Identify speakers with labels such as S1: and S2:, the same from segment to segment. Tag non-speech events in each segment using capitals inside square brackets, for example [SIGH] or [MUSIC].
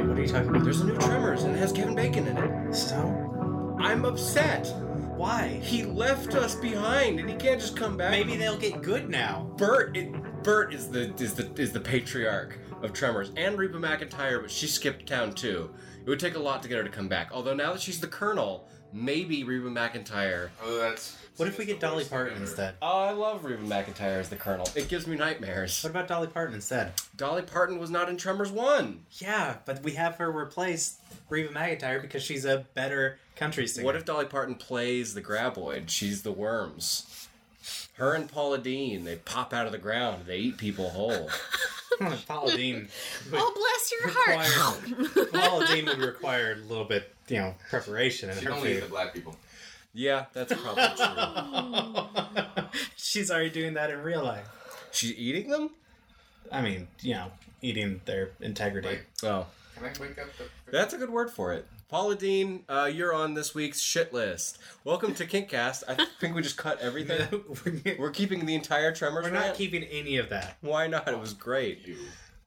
S1: There's a new Tremors and it has Kevin Bacon in it.
S2: So
S1: I'm upset.
S2: why?
S1: He left us behind, and he can't just come back.
S2: Maybe they'll get good now.
S1: Bert. It, Bert is the is the is the patriarch of Tremors and Reba McIntyre, but she skipped town too. It would take a lot to get her to come back. Although now that she's the Colonel, maybe Reba McIntyre.
S3: Oh, that's.
S2: What if we get Dolly Parton instead?
S1: Oh, I love Reba McIntyre as the Colonel. It gives me nightmares.
S2: What about Dolly Parton instead?
S1: Dolly Parton was not in Tremors One.
S2: Yeah, but we have her replace Reba McIntyre because she's a better country singer.
S1: What if Dolly Parton plays the graboid? She's the worms. Her and Paula Dean, they pop out of the ground. They eat people
S2: [LAUGHS]
S1: whole.
S2: Paula
S4: [LAUGHS]
S2: Dean? would
S4: Oh, bless your heart.
S2: require- Paula Dean would require a little bit, you know, preparation and
S3: She
S2: her
S3: only eat the
S2: food.
S3: black people.
S1: yeah, that's probably true.
S2: [LAUGHS] She's already doing that in real life.
S1: She's eating them?
S2: I mean, you know, eating their integrity.
S3: Like,
S1: Oh.
S3: can I wake up the?
S1: That's a good word for it. Paula Dean, uh, you're on this week's shit list. Welcome to Kinkcast. I think we just cut
S2: [LAUGHS]
S1: everything.
S2: We're
S1: We're keeping the entire Tremors.
S2: not
S1: rant.
S2: keeping any of that.
S1: Why not? It was great.
S3: You.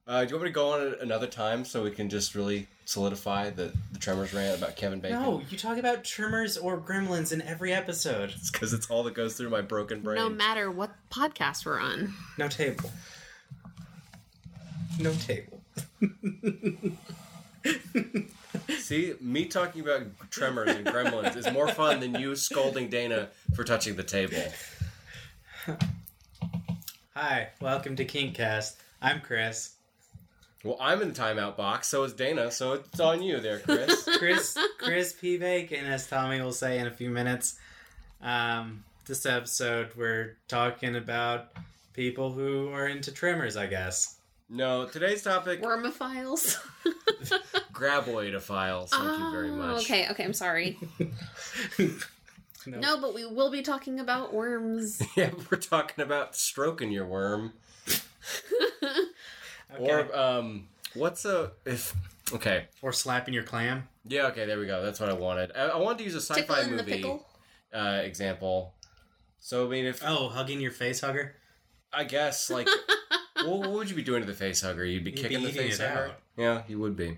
S1: Uh, do you want me to go on it another time so we can just really solidify the, the Tremors rant about Kevin Bacon?
S2: No, you talk about Tremors or Gremlins in every episode.
S1: It's because it's all that goes through my broken brain.
S4: No matter what podcast we're on.
S2: No table. No table.
S1: See, me talking about Tremors and Gremlins is more fun than you scolding Dana for touching the table.
S2: Hi, welcome to Kingcast. I'm Chris.
S1: Well, I'm in the timeout box, so is Dana, so it's on you there, Chris.
S4: [LAUGHS]
S2: Chris Chris P. Bacon, as Tommy will say in a few minutes. Um, this episode we're talking about people who are into tremors, I guess. [LAUGHS]
S1: no, today's topic
S4: Wormophiles.
S1: graboid files. Thank you
S4: [LAUGHS]
S1: very much.
S4: Oh, Okay, okay, I'm sorry. No, but we will be talking about worms.
S1: [LAUGHS]
S4: [LAUGHS]
S1: Yeah, we're talking about stroking your worm.
S2: Okay. Or,
S1: Or um what's a if okay.
S2: slapping your clam.
S1: Yeah, okay, there we go. That's what I wanted. I, I wanted to use a sci
S4: Tickle
S1: fi
S4: in the
S1: movie
S4: pickle.
S1: uh example. So I mean if
S2: Oh, hugging your face hugger.
S1: I guess
S4: [LAUGHS]
S1: like well, what would you be doing to the face hugger? You'd be
S2: You'd
S1: kicking
S2: be
S1: the
S2: eating
S1: face
S2: it
S1: hugger.
S2: out.
S1: Yeah, you would be.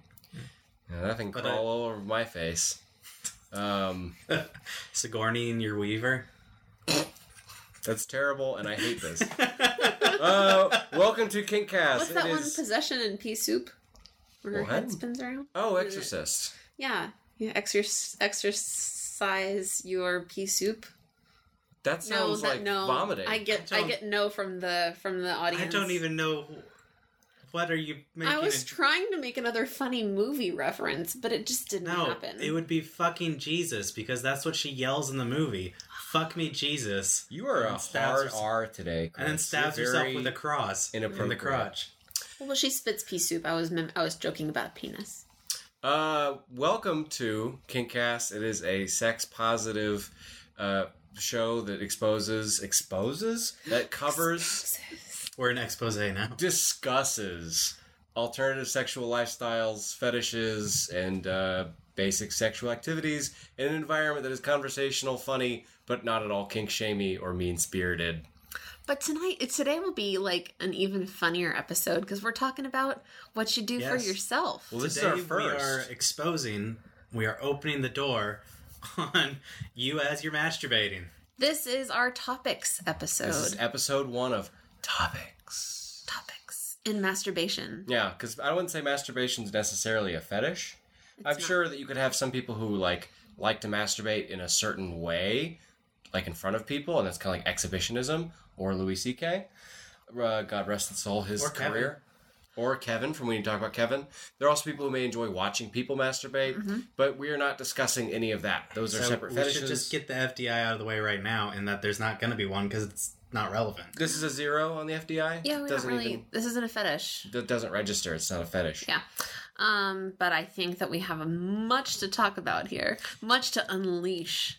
S1: Yeah, that thing
S2: But
S1: crawl all over my face. Um,
S2: Sigourney and your
S1: [LAUGHS]
S2: weaver. [LAUGHS]
S1: that's terrible, and I hate this. [LAUGHS] uh, welcome to Kinkcast.
S4: What's
S1: It
S4: that one
S1: is-
S4: possession in pea soup? Where her head
S1: What?
S4: spins around?
S1: oh, Exorcist.
S4: Yeah. Yeah. Exerc- exercise your pea soup.
S1: That
S4: No,
S1: sounds
S4: that
S1: like
S4: no.
S1: vomiting.
S4: I get
S2: I
S4: I,
S2: don't-
S4: get no from the from the audience.
S2: I don't even know what are you making.
S4: I was
S2: a-
S4: trying to make another funny movie reference, but it just didn't
S2: no,
S4: happen.
S2: it would be fucking Jesus because that's what she yells in the movie. Fuck me, Jesus,
S1: You are
S2: And
S1: a
S2: stabs
S1: hard
S2: herself-
S1: R today, Chris.
S2: and then stabs
S1: You're
S2: herself
S1: very-
S2: with a cross in the
S1: inappropriate.
S2: crotch.
S4: well, she spits pea soup. I was mem- I was joking about a penis.
S1: Uh, welcome to Kinkcast. It is a sex-positive uh, show that exposes, exposes, that
S4: [LAUGHS]
S1: covers,
S2: We're in expose now.
S1: discusses alternative sexual lifestyles, fetishes, and uh, basic sexual activities in an environment that is conversational, funny, but not at all kink-shamey or mean-spirited.
S4: But tonight, it- today will be like an even funnier episode because we're talking about what you do for
S2: Yes.
S4: yourself.
S1: Well, this
S2: Today
S1: is our first.
S2: we are exposing, we are opening the door [LAUGHS] on you as you're masturbating.
S4: This is our topics episode.
S1: This is episode one of Topics.
S4: topics in masturbation.
S1: Yeah, because I wouldn't say masturbation's necessarily a fetish. I'm
S4: not.
S1: sure that you could have some people who like like to masturbate in a certain way, like in front of people, and that's kind of like exhibitionism. Or Louis C.K. Uh, God rest his soul, his
S2: Or Kevin.
S1: career. Or Kevin, from when you talk about Kevin. There are also people who may enjoy watching people masturbate,
S4: Mm-hmm.
S1: but we are not discussing any of that. Those are
S2: So
S1: separate
S2: we
S1: fetishes.
S2: should just get the FDI out of the way right now, and that there's not going to be one because it's not relevant.
S1: This is a zero on the FDI.
S4: Yeah, we don't
S1: doesn't
S4: really.
S1: even
S4: This isn't a fetish.
S1: that doesn't register. It's not a fetish.
S4: Yeah. Um, but I think that we have much to talk about here, much to unleash.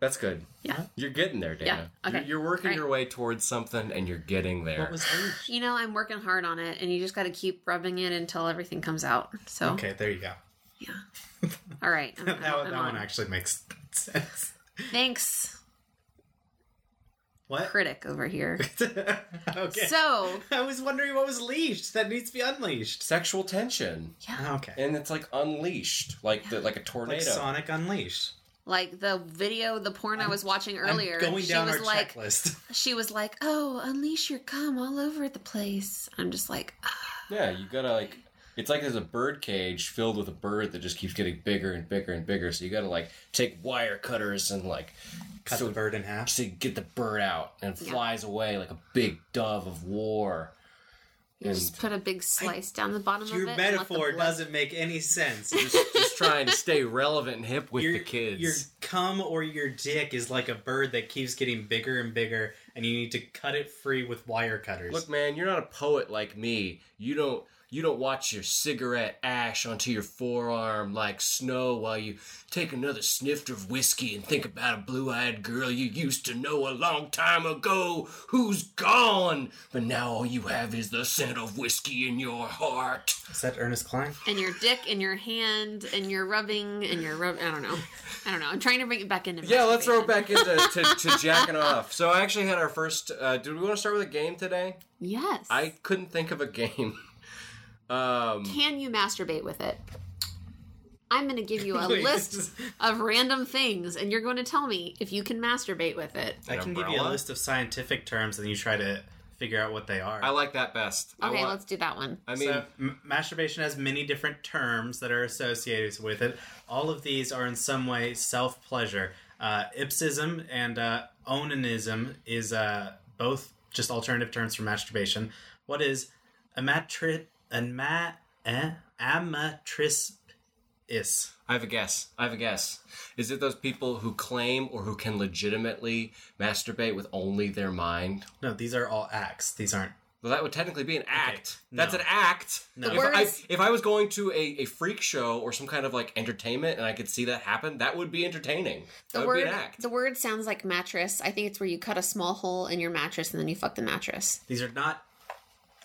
S1: That's good.
S4: Yeah.
S1: You're getting there, Dana.
S4: Yeah, okay.
S1: You're, you're working
S4: Right.
S1: your way towards something and you're getting there.
S2: What was
S4: You know, I'm working hard on it, and you just got to keep rubbing it until everything comes out. So,
S2: Okay, there you go. [LAUGHS]
S4: yeah. All right. I'm-
S2: That, [LAUGHS]
S4: I'm-
S2: one-
S4: I'm
S2: that one
S4: on.
S2: actually makes sense.
S4: Thanks.
S2: What?
S4: critic over here.
S2: [LAUGHS] okay.
S4: So,
S2: [LAUGHS] I was wondering what was leashed that needs to be unleashed.
S1: Sexual tension,
S4: yeah.
S2: Okay.
S1: and it's like unleashed, like the, like a
S2: Like
S1: tornado.
S2: Sonic Unleashed.
S4: Like the video, the porn i
S2: I'm-
S4: was watching [LAUGHS] earlier,
S2: I'm going
S4: she
S2: down
S4: was
S2: our
S4: like, [LAUGHS]
S2: checklist. [LAUGHS]
S4: she was like, "Oh, unleash your cum all over the place." I'm just like, ah.
S1: yeah, you gotta like. It's like there's a bird cage filled with a bird that just keeps getting bigger and bigger and bigger. So you gotta like take wire cutters and like
S2: Cut
S1: so-
S2: the bird in half.
S1: to get the bird out and
S4: Yeah.
S1: flies away like a big dove of
S2: [LAUGHS]
S1: war.
S4: you just put a big slice down the bottom
S2: Your
S4: of it. and let the
S2: metaphor
S4: blood-
S2: doesn't make
S1: [LAUGHS]
S2: any sense.
S1: just, just trying to stay relevant and hip with
S2: your,
S1: the kids.
S2: Your cum or your dick is like a bird that keeps getting bigger and bigger, and you need to cut it free with wire cutters.
S1: Look, man, you're not a poet like me. You don't you don't watch your cigarette ash onto your forearm like snow while you take another sniff of whiskey and think about a blue-eyed girl you used to know a long time ago who's gone, but now all you have is the scent of whiskey in your heart.
S2: is that Ernest Klein?
S4: and your dick in your hand and you're rubbing and you're rub- I don't know. I don't know. I'm trying to bring it back into
S1: Yeah, let's throw it
S4: masturbation.
S1: back into to, to jacking off. So I actually had our first. Uh, did we want to start with a game today?
S4: Yes.
S1: I couldn't think of a game. [LAUGHS] Um,
S4: can you masturbate with it? I'm going to give you
S2: [LAUGHS]
S4: a
S2: Wait,
S4: list
S2: this is-
S4: of random things and you're going to tell me if you can masturbate with it.
S2: I
S1: An
S2: can give you a
S1: umbrella?
S2: list of scientific terms, and you try to figure out what they are.
S1: I like that best. I
S4: Okay,
S1: want-
S4: let's do that one.
S1: I mean,
S2: so, m- masturbation has many different terms that are associated with it. All of these are in some way self pleasure. Uh, ipsism and uh, onanism is uh, both just alternative terms for masturbation. What is amatri- ama- eh? amatrice is?
S1: I have a guess. I have a guess. Is it those people who claim or who can legitimately masturbate with only their mind?
S2: No, these are all acts. These aren't.
S1: Well, that would technically be an act. That's
S2: no.
S1: an act.
S2: No.
S1: If,
S4: The
S1: I,
S4: words-
S1: if I was going to a, a freak show or some kind of like entertainment and I could see that happen, that would be entertaining.
S4: The
S1: that would be
S4: word
S1: an act.
S4: the word sounds like mattress. I think it's where you cut a small hole in your mattress and then you fuck the mattress.
S2: These are not.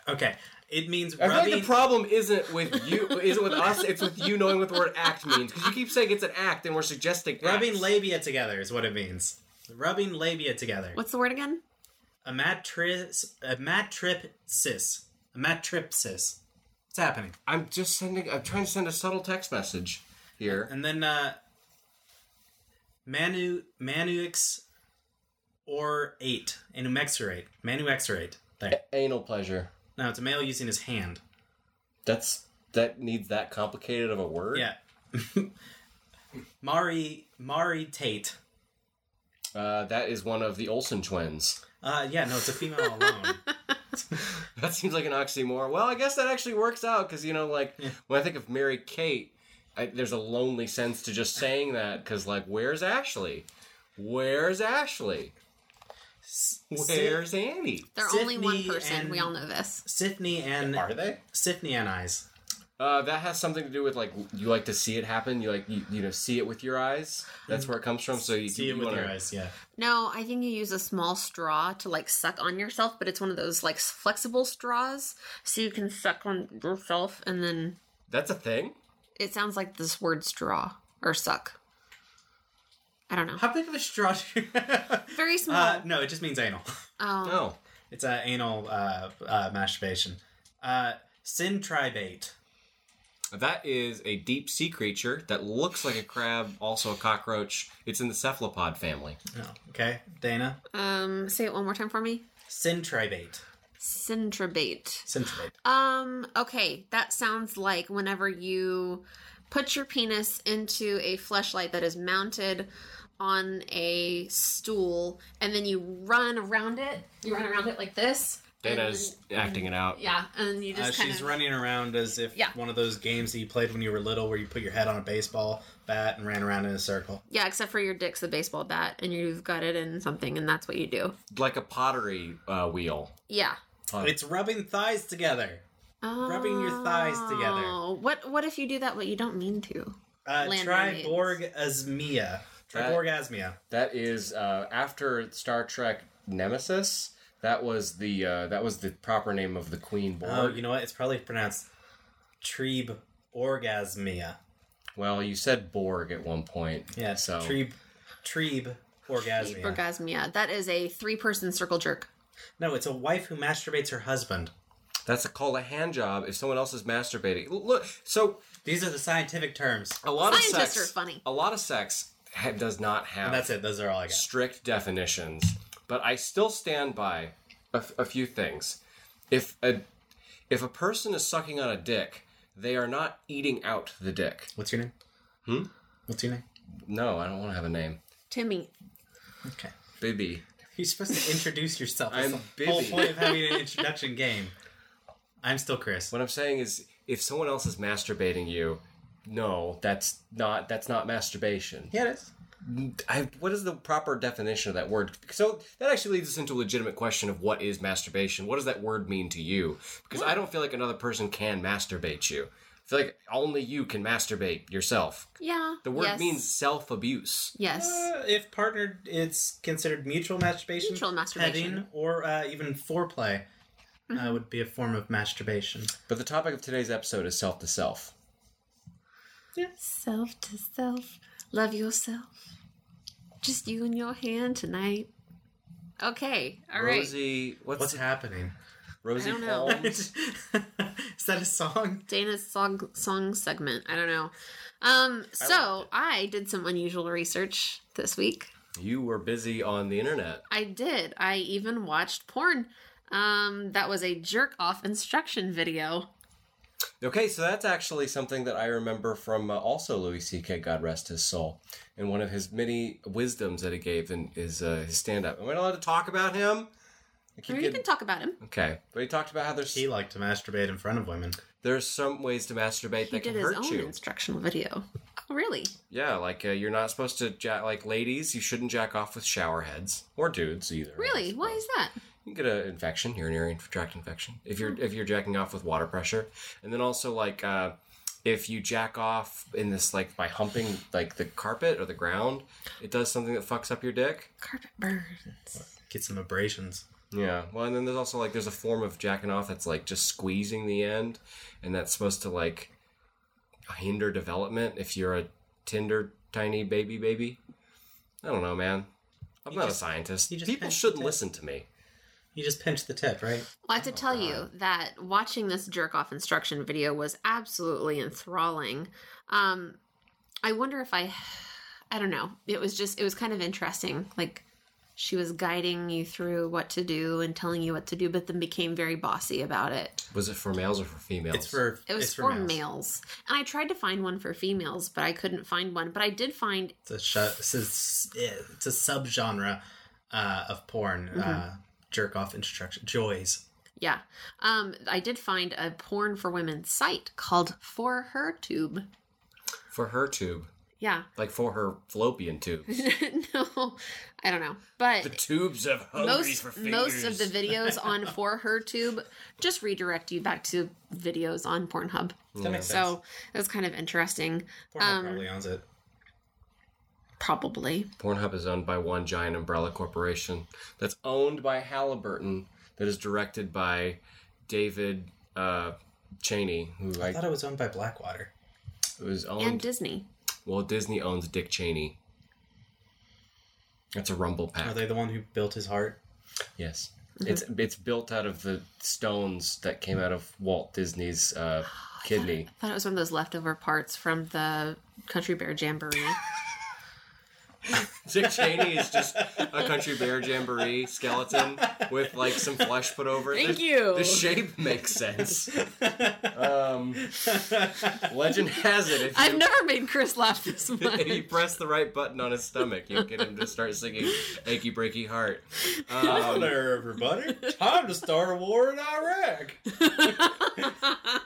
S2: Okay. It means
S1: I feel like
S2: rubbing.
S1: the problem isn't with you, isn't with us. It's with you knowing what the word "act" means because you keep saying it's an act, and we're suggesting
S2: rubbing
S1: acts.
S2: labia together is what it means. Rubbing labia together.
S4: What's the word again?
S2: Amatris, amatripsis. Amatripsis. It's happening.
S1: I'm just sending. I'm trying to send a subtle text message here.
S2: And then uh, manu manuix or eight and umexorate. Manuexorate. There.
S1: Anal pleasure.
S2: No, it's a male using his hand.
S1: That's that needs that complicated of a word.
S2: Yeah. [LAUGHS] Mari Mari Tate.
S1: Uh, that is one of the Olsen twins. [LAUGHS]
S2: Uh, yeah, no, it's a female alone.
S1: That seems like an oxymoron. Well, I guess that actually works out because you know, like when I think of Mary Kate, I, there's a lonely sense to just saying that because, like, where's Ashley? Where's Ashley? Where's Annie?
S4: They're only one
S2: Sydney
S4: person. We
S2: and-
S4: all know this.
S2: Sifney and
S1: Are they?
S2: Sifney and eyes.
S1: Uh, that has something to do with like you like to see it happen. You like you, you know see it with your eyes. That's where it comes from. So you
S2: Mm-hmm. See
S1: you
S2: it with
S1: wanna-
S2: your eyes, yeah.
S4: No, I think you use a small straw to like suck on yourself, but it's one of those like s- flexible straws, so you can suck on yourself, and then
S1: That's a thing.
S4: it sounds like this word straw or suck. I don't know.
S2: How big of a straw? [LAUGHS]
S4: Very small.
S2: uh, no, it just means anal.
S4: oh,
S1: No,
S2: It's uh, anal uh, uh, masturbation. Uh, Syntribate.
S1: that is a deep sea creature that looks like a crab, also a cockroach. It's in the cephalopod family.
S2: No. Okay, Dana.
S4: um, say it one more time for me.
S2: Syntribate.
S4: Centribate.
S2: Syntribate.
S4: Um, okay, that sounds like whenever you put your penis into a fleshlight that is mounted on a stool and then you run around it. You run around it like this. and
S1: Dana's acting it
S4: then-
S1: out.
S4: Yeah, and you
S2: Uh,
S4: just kind
S2: she's
S4: of
S2: running around as if
S4: Yeah.
S2: one of those games that you played when you were little where you put your head on a baseball bat and ran around in a circle.
S4: Yeah, except for your dick's a baseball bat and you've got it in something and that's what you do.
S1: Like a pottery uh, wheel.
S4: Yeah.
S1: Uh,
S2: It's rubbing thighs together. Rubbing your thighs together.
S4: Oh, What what if you do that but you don't mean to?
S2: Uh,
S4: Land mermaids.
S2: triborgasmia. Triborgasmia.
S1: That is uh, after Star Trek Nemesis. That was the uh, that was the proper name of the Queen Borg.
S2: Oh, you know what? It's probably pronounced treb orgasmia.
S1: well, you said Borg at one point.
S2: Yeah,
S1: So
S2: treb treb Orgasmia.
S4: Orgasmia. That is a three person circle jerk.
S2: no, it's a wife who masturbates her husband.
S1: That's a call a hand job if someone else is masturbating. L- Look, so
S2: These are the scientific terms.
S1: a lot of
S4: Scientists
S1: sex.
S4: are funny.
S1: A lot of sex ha- does not have.
S2: And that's it. Those are all I got.
S1: strict definitions, but I still stand by a, f- a few things. If a if a person is sucking on a dick, they are not eating out the dick.
S2: What's your name?
S1: Hmm?
S2: What's your name?
S1: No, I don't want to have a name.
S4: Timmy.
S2: Okay.
S1: Baby.
S2: You're supposed to introduce yourself. That's
S1: I'm
S2: the whole
S1: busy.
S2: point of having
S1: [LAUGHS]
S2: an introduction game. I'm still Chris.
S1: What I'm saying is if someone else is masturbating you, no, that's not that's not masturbation.
S2: Yeah, it is.
S1: I, what is the proper definition of that word? So that actually leads us into a legitimate question of what is masturbation? What does that word mean to you? Because I don't feel like another person can masturbate you. I feel like only you can masturbate yourself.
S4: Yeah.
S1: The word
S4: yes.
S1: means self abuse.
S4: Yes.
S2: Uh, if partnered, it's considered mutual masturbation.
S4: Mutual masturbation. Mm-hmm.
S2: Petting or uh, even foreplay uh, would be a form of masturbation.
S1: But the topic of today's episode is self to self.
S4: Self to self. Love yourself. Just you and your hand tonight. Okay. All right.
S1: Rosie, what's,
S2: What's happening?
S1: Rosie
S4: I don't know.
S1: Holmes?
S2: [LAUGHS]
S4: [LAUGHS]
S2: Is that a song?
S4: Dana's song song segment. I don't know. Um, so I did some unusual research this week.
S1: you were busy on the internet.
S4: I did. I even watched porn. Um, that was a jerk off instruction video.
S1: Okay, so that's actually something that I remember from uh, also Louis C.K. God rest his soul, and one of his many wisdoms that he gave in his uh, his stand up. Am I not allowed to talk about him? I keep
S4: Or you
S1: getting-
S4: can talk about him.
S1: okay, but he talked about how there's
S2: He liked to masturbate in front of women.
S1: there's some ways to masturbate
S4: He
S1: that can
S4: did his
S1: hurt
S4: own
S1: you.
S4: instructional video. Oh, really?
S1: Yeah, like uh, you're not supposed to jack like ladies. You shouldn't jack off with shower heads or dudes either. I
S4: Really?
S1: guess.
S4: Why is that?
S1: You can get an infection, urinary tract infection, if you're if you're jacking off with water pressure, and then also like uh, if you jack off in this like by humping like the carpet or the ground, it does something that fucks up your dick.
S4: Carpet burns.
S2: Get some abrasions.
S1: Yeah. Well, and then there's also like there's a form of jacking off that's like just squeezing the end, and that's supposed to like hinder development if you're a tender tiny baby baby. I don't know, man. I'm
S2: You
S1: not
S2: just-
S1: a scientist.
S2: you just
S1: People
S2: pinched
S1: shouldn't
S2: it.
S1: listen to me.
S2: You just pinch the tip, right?
S4: Well, I have to tell you that watching this jerk off instruction video was absolutely enthralling. Um, I wonder if I, I don't know. It was just, it was kind of interesting. Like she was guiding you through what to do and telling you what to do, but then became very bossy about it.
S1: Was it for males or for females?
S2: It's for
S4: It was
S2: it's
S4: for
S2: males.
S4: males. and I tried to find one for females, but I couldn't find one. But I did find
S2: It's a shut. It's a, it's a subgenre uh, of porn.
S4: Mm-hmm.
S2: Uh, jerk off instruction joys.
S4: Yeah. Um, I did find a porn for women site called For Her Tube.
S1: for her tube.
S4: Yeah. [LAUGHS]
S1: like for her fallopian tubes.
S4: no, I don't know. But
S1: the tubes of hungry for
S4: most
S1: fingers.
S4: most of the videos
S2: [LAUGHS]
S4: on For Her Tube just redirect you back to videos on Pornhub.
S2: That makes sense.
S4: So it was kind of interesting.
S2: Pornhub
S4: um,
S2: Mm. probably owns it.
S4: Probably.
S1: Pornhub is owned by one giant umbrella corporation that's owned by Halliburton, that is directed by David uh, Cheney, who
S2: I
S1: I
S2: thought it was owned by Blackwater.
S1: was owned.
S4: And Disney.
S1: well, Disney owns Dick Cheney. That's a rumble pack.
S2: Are they the one who built his heart?
S1: Yes.
S4: Mm-hmm.
S1: It's it's built out of the stones that came out of Walt Disney's uh, kidney.
S4: I thought it was one of those leftover parts from the Country Bear Jamboree.
S2: [LAUGHS]
S1: Dick Cheney is just a country bear jamboree skeleton with like some flesh put over it.
S4: Thank
S1: The-
S4: you.
S1: The shape makes sense. Um, legend has it if
S4: I've
S1: you,
S4: never made Chris laugh this much.
S1: if you press the right button on his stomach, you'll get him to start singing "Achy Breaky Heart." Um,
S2: there,
S4: [LAUGHS]
S2: everybody. Time to start a war in Iraq.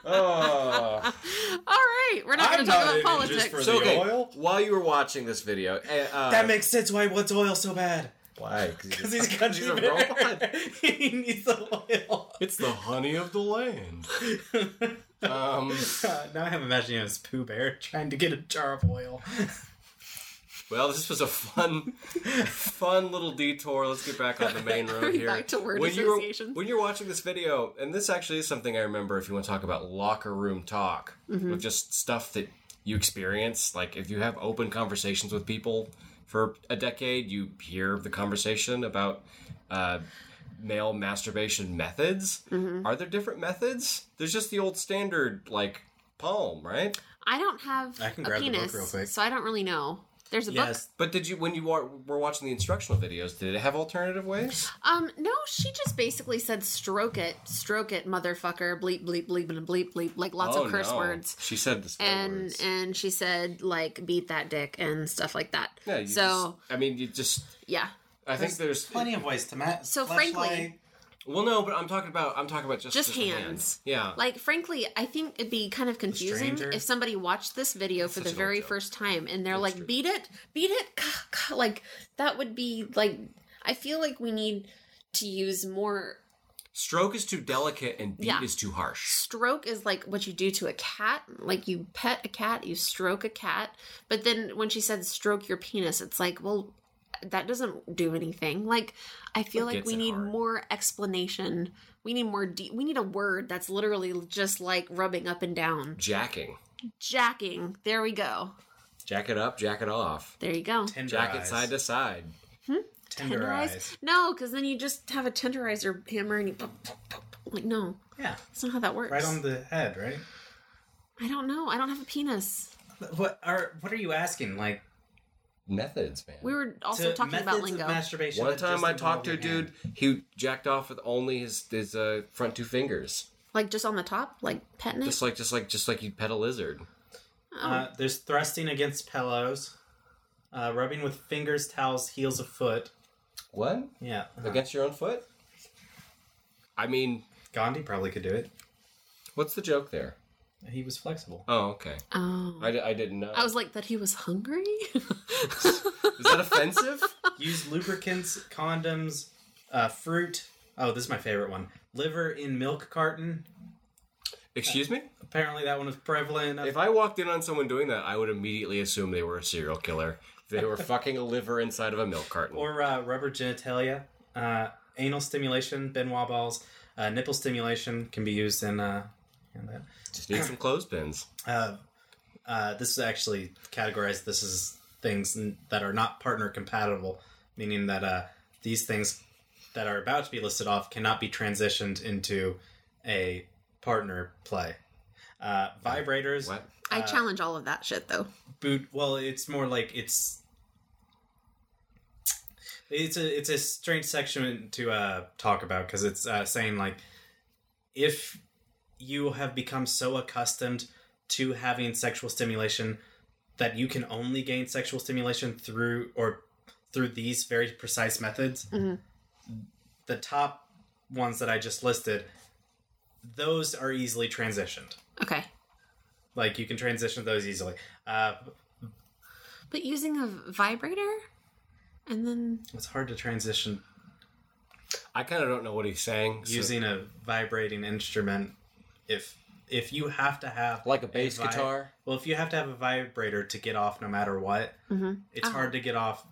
S1: oh.
S4: All right, we're not going to talk about politics.
S1: So
S2: the
S1: okay,
S2: oil?
S1: while you were watching this video, eh, uh,
S2: That makes sense. Why? What's oil so bad?
S1: why?
S2: Because he's a country
S1: He's a
S2: bear.
S1: robot.
S2: [LAUGHS] he needs the oil.
S1: It's the honey of the land. Um,
S2: Uh, now I'm imagining him as Pooh Bear trying to get a jar of oil.
S1: Well, this was a fun, [LAUGHS] fun little detour. Let's get back on the main road
S4: we
S1: here.
S4: back to word
S1: when you're,
S4: associations?
S1: when you're watching this video, and this actually is something I remember if you want to talk about locker room talk,
S4: Mm-hmm.
S1: with just stuff that you experience, like if you have open conversations with people for a decade, you hear the conversation about uh, male masturbation methods.
S4: Mm-hmm.
S1: Are there different methods? There's just the old standard, like palm, right?
S4: I don't have
S2: I can
S4: a
S2: grab the book
S4: penis,
S2: real quick.
S4: so I don't really know. There's a book.
S2: Yes,
S1: But did you, when you are, were watching the instructional videos, did it have alternative ways?
S4: Um, no, she just basically said, "Stroke it, stroke it, motherfucker, bleep, bleep, bleep, and bleep, bleep," like lots
S1: Oh,
S4: of curse
S1: no.
S4: words.
S1: She said the swear
S4: And
S1: words.
S4: and she said like beat that dick and stuff like that.
S1: yeah, you
S4: so
S1: just- I mean, you just.
S4: yeah,
S1: I think there's
S2: plenty of ways to match.
S4: So frankly-
S1: Well, no, but I'm talking about I'm talking about just
S4: Just
S1: the
S4: hands.
S1: Yeah,
S4: like frankly, I think it'd be kind of confusing
S2: stranger?
S4: if somebody watched this video for
S1: such
S4: the
S1: an old
S4: very
S1: joke.
S4: first time and they're like, "Beat it, beat it," [LAUGHS] like that would be like. I feel like we need to use more
S1: stroke is too delicate and beat
S4: Yeah.
S1: is too harsh.
S4: stroke is like what you do to a cat like you pet a cat you stroke a cat but then when she said stroke your penis it's like well that doesn't do anything like i feel like
S1: gets
S4: we
S1: it
S4: need
S1: hard.
S4: more explanation we need more de- we need a word that's literally just like rubbing up and down
S1: Jacking,
S4: jacking there we go
S1: jack it up, jack it off,
S4: there you go
S2: Tender
S1: jack it
S2: eyes.
S1: side to side.
S2: Tender eyes.
S4: no because then you just have a tenderizer hammer and you like no
S2: Yeah,
S4: that's not how that works
S2: right on the head, right?
S4: i don't know i don't have a penis
S2: What are what are you asking? Like
S1: Methods, man.
S4: we were also
S2: to
S4: talking about
S2: methods
S4: lingo
S2: Of masturbation
S1: One
S2: that
S1: time
S2: just
S1: I talked to a
S2: involve your
S1: dude,
S2: hand.
S1: he jacked off with only his his uh, front two fingers,
S4: Like just on the top, like petting it.
S1: just like just like just like you'd pet a lizard.
S4: Oh.
S2: Uh, there's thrusting against pillows, uh, rubbing with fingers, towels, heels of foot.
S1: What
S2: Yeah, uh,
S1: against your own foot? I mean,
S2: Gandhi probably could do it.
S1: what's the joke there?
S2: He was
S4: [LAUGHS]
S2: flexible.
S1: Oh, okay.
S4: Oh.
S1: I, di- I didn't know.
S4: I was like that he was hungry. [LAUGHS]
S1: Is that offensive?
S2: Use lubricants, condoms, uh, fruit. Oh, this is my favorite one. Liver in milk carton.
S1: Excuse me.
S2: Apparently, that one is prevalent.
S1: If I walked in on someone doing that, I would immediately assume they were a serial killer. They were fucking a liver inside of a milk carton.
S2: or uh, rubber genitalia, uh, anal stimulation, Benoit balls, uh, nipple stimulation can be used in. Uh, in that.
S1: just need some clothespins.
S2: Uh, uh, this is actually categorized. This is things n- that are not partner compatible, meaning that uh, these things that are about to be listed off cannot be transitioned into a partner play. Uh, vibrators,
S1: What?
S4: I challenge all of that shit though.
S2: boot. Well, it's more like it's. It's a it's a strange section to uh, talk about because it's uh, saying like, if you have become so accustomed to having sexual stimulation that you can only gain sexual stimulation through or through these very precise methods, the top ones that I just listed, those are easily transitioned.
S4: Okay.
S2: Like you can transition those easily. Uh,
S4: But using a vibrator and then
S2: It's hard to transition
S1: I kind of don't know what he's saying. so-
S2: using a vibrating instrument if if you have to have
S1: like a bass
S2: vi-
S1: guitar.
S2: Well, if you have to have a vibrator to get off no matter what,
S4: Mhm.
S2: it's
S4: Uh-huh.
S2: hard to get off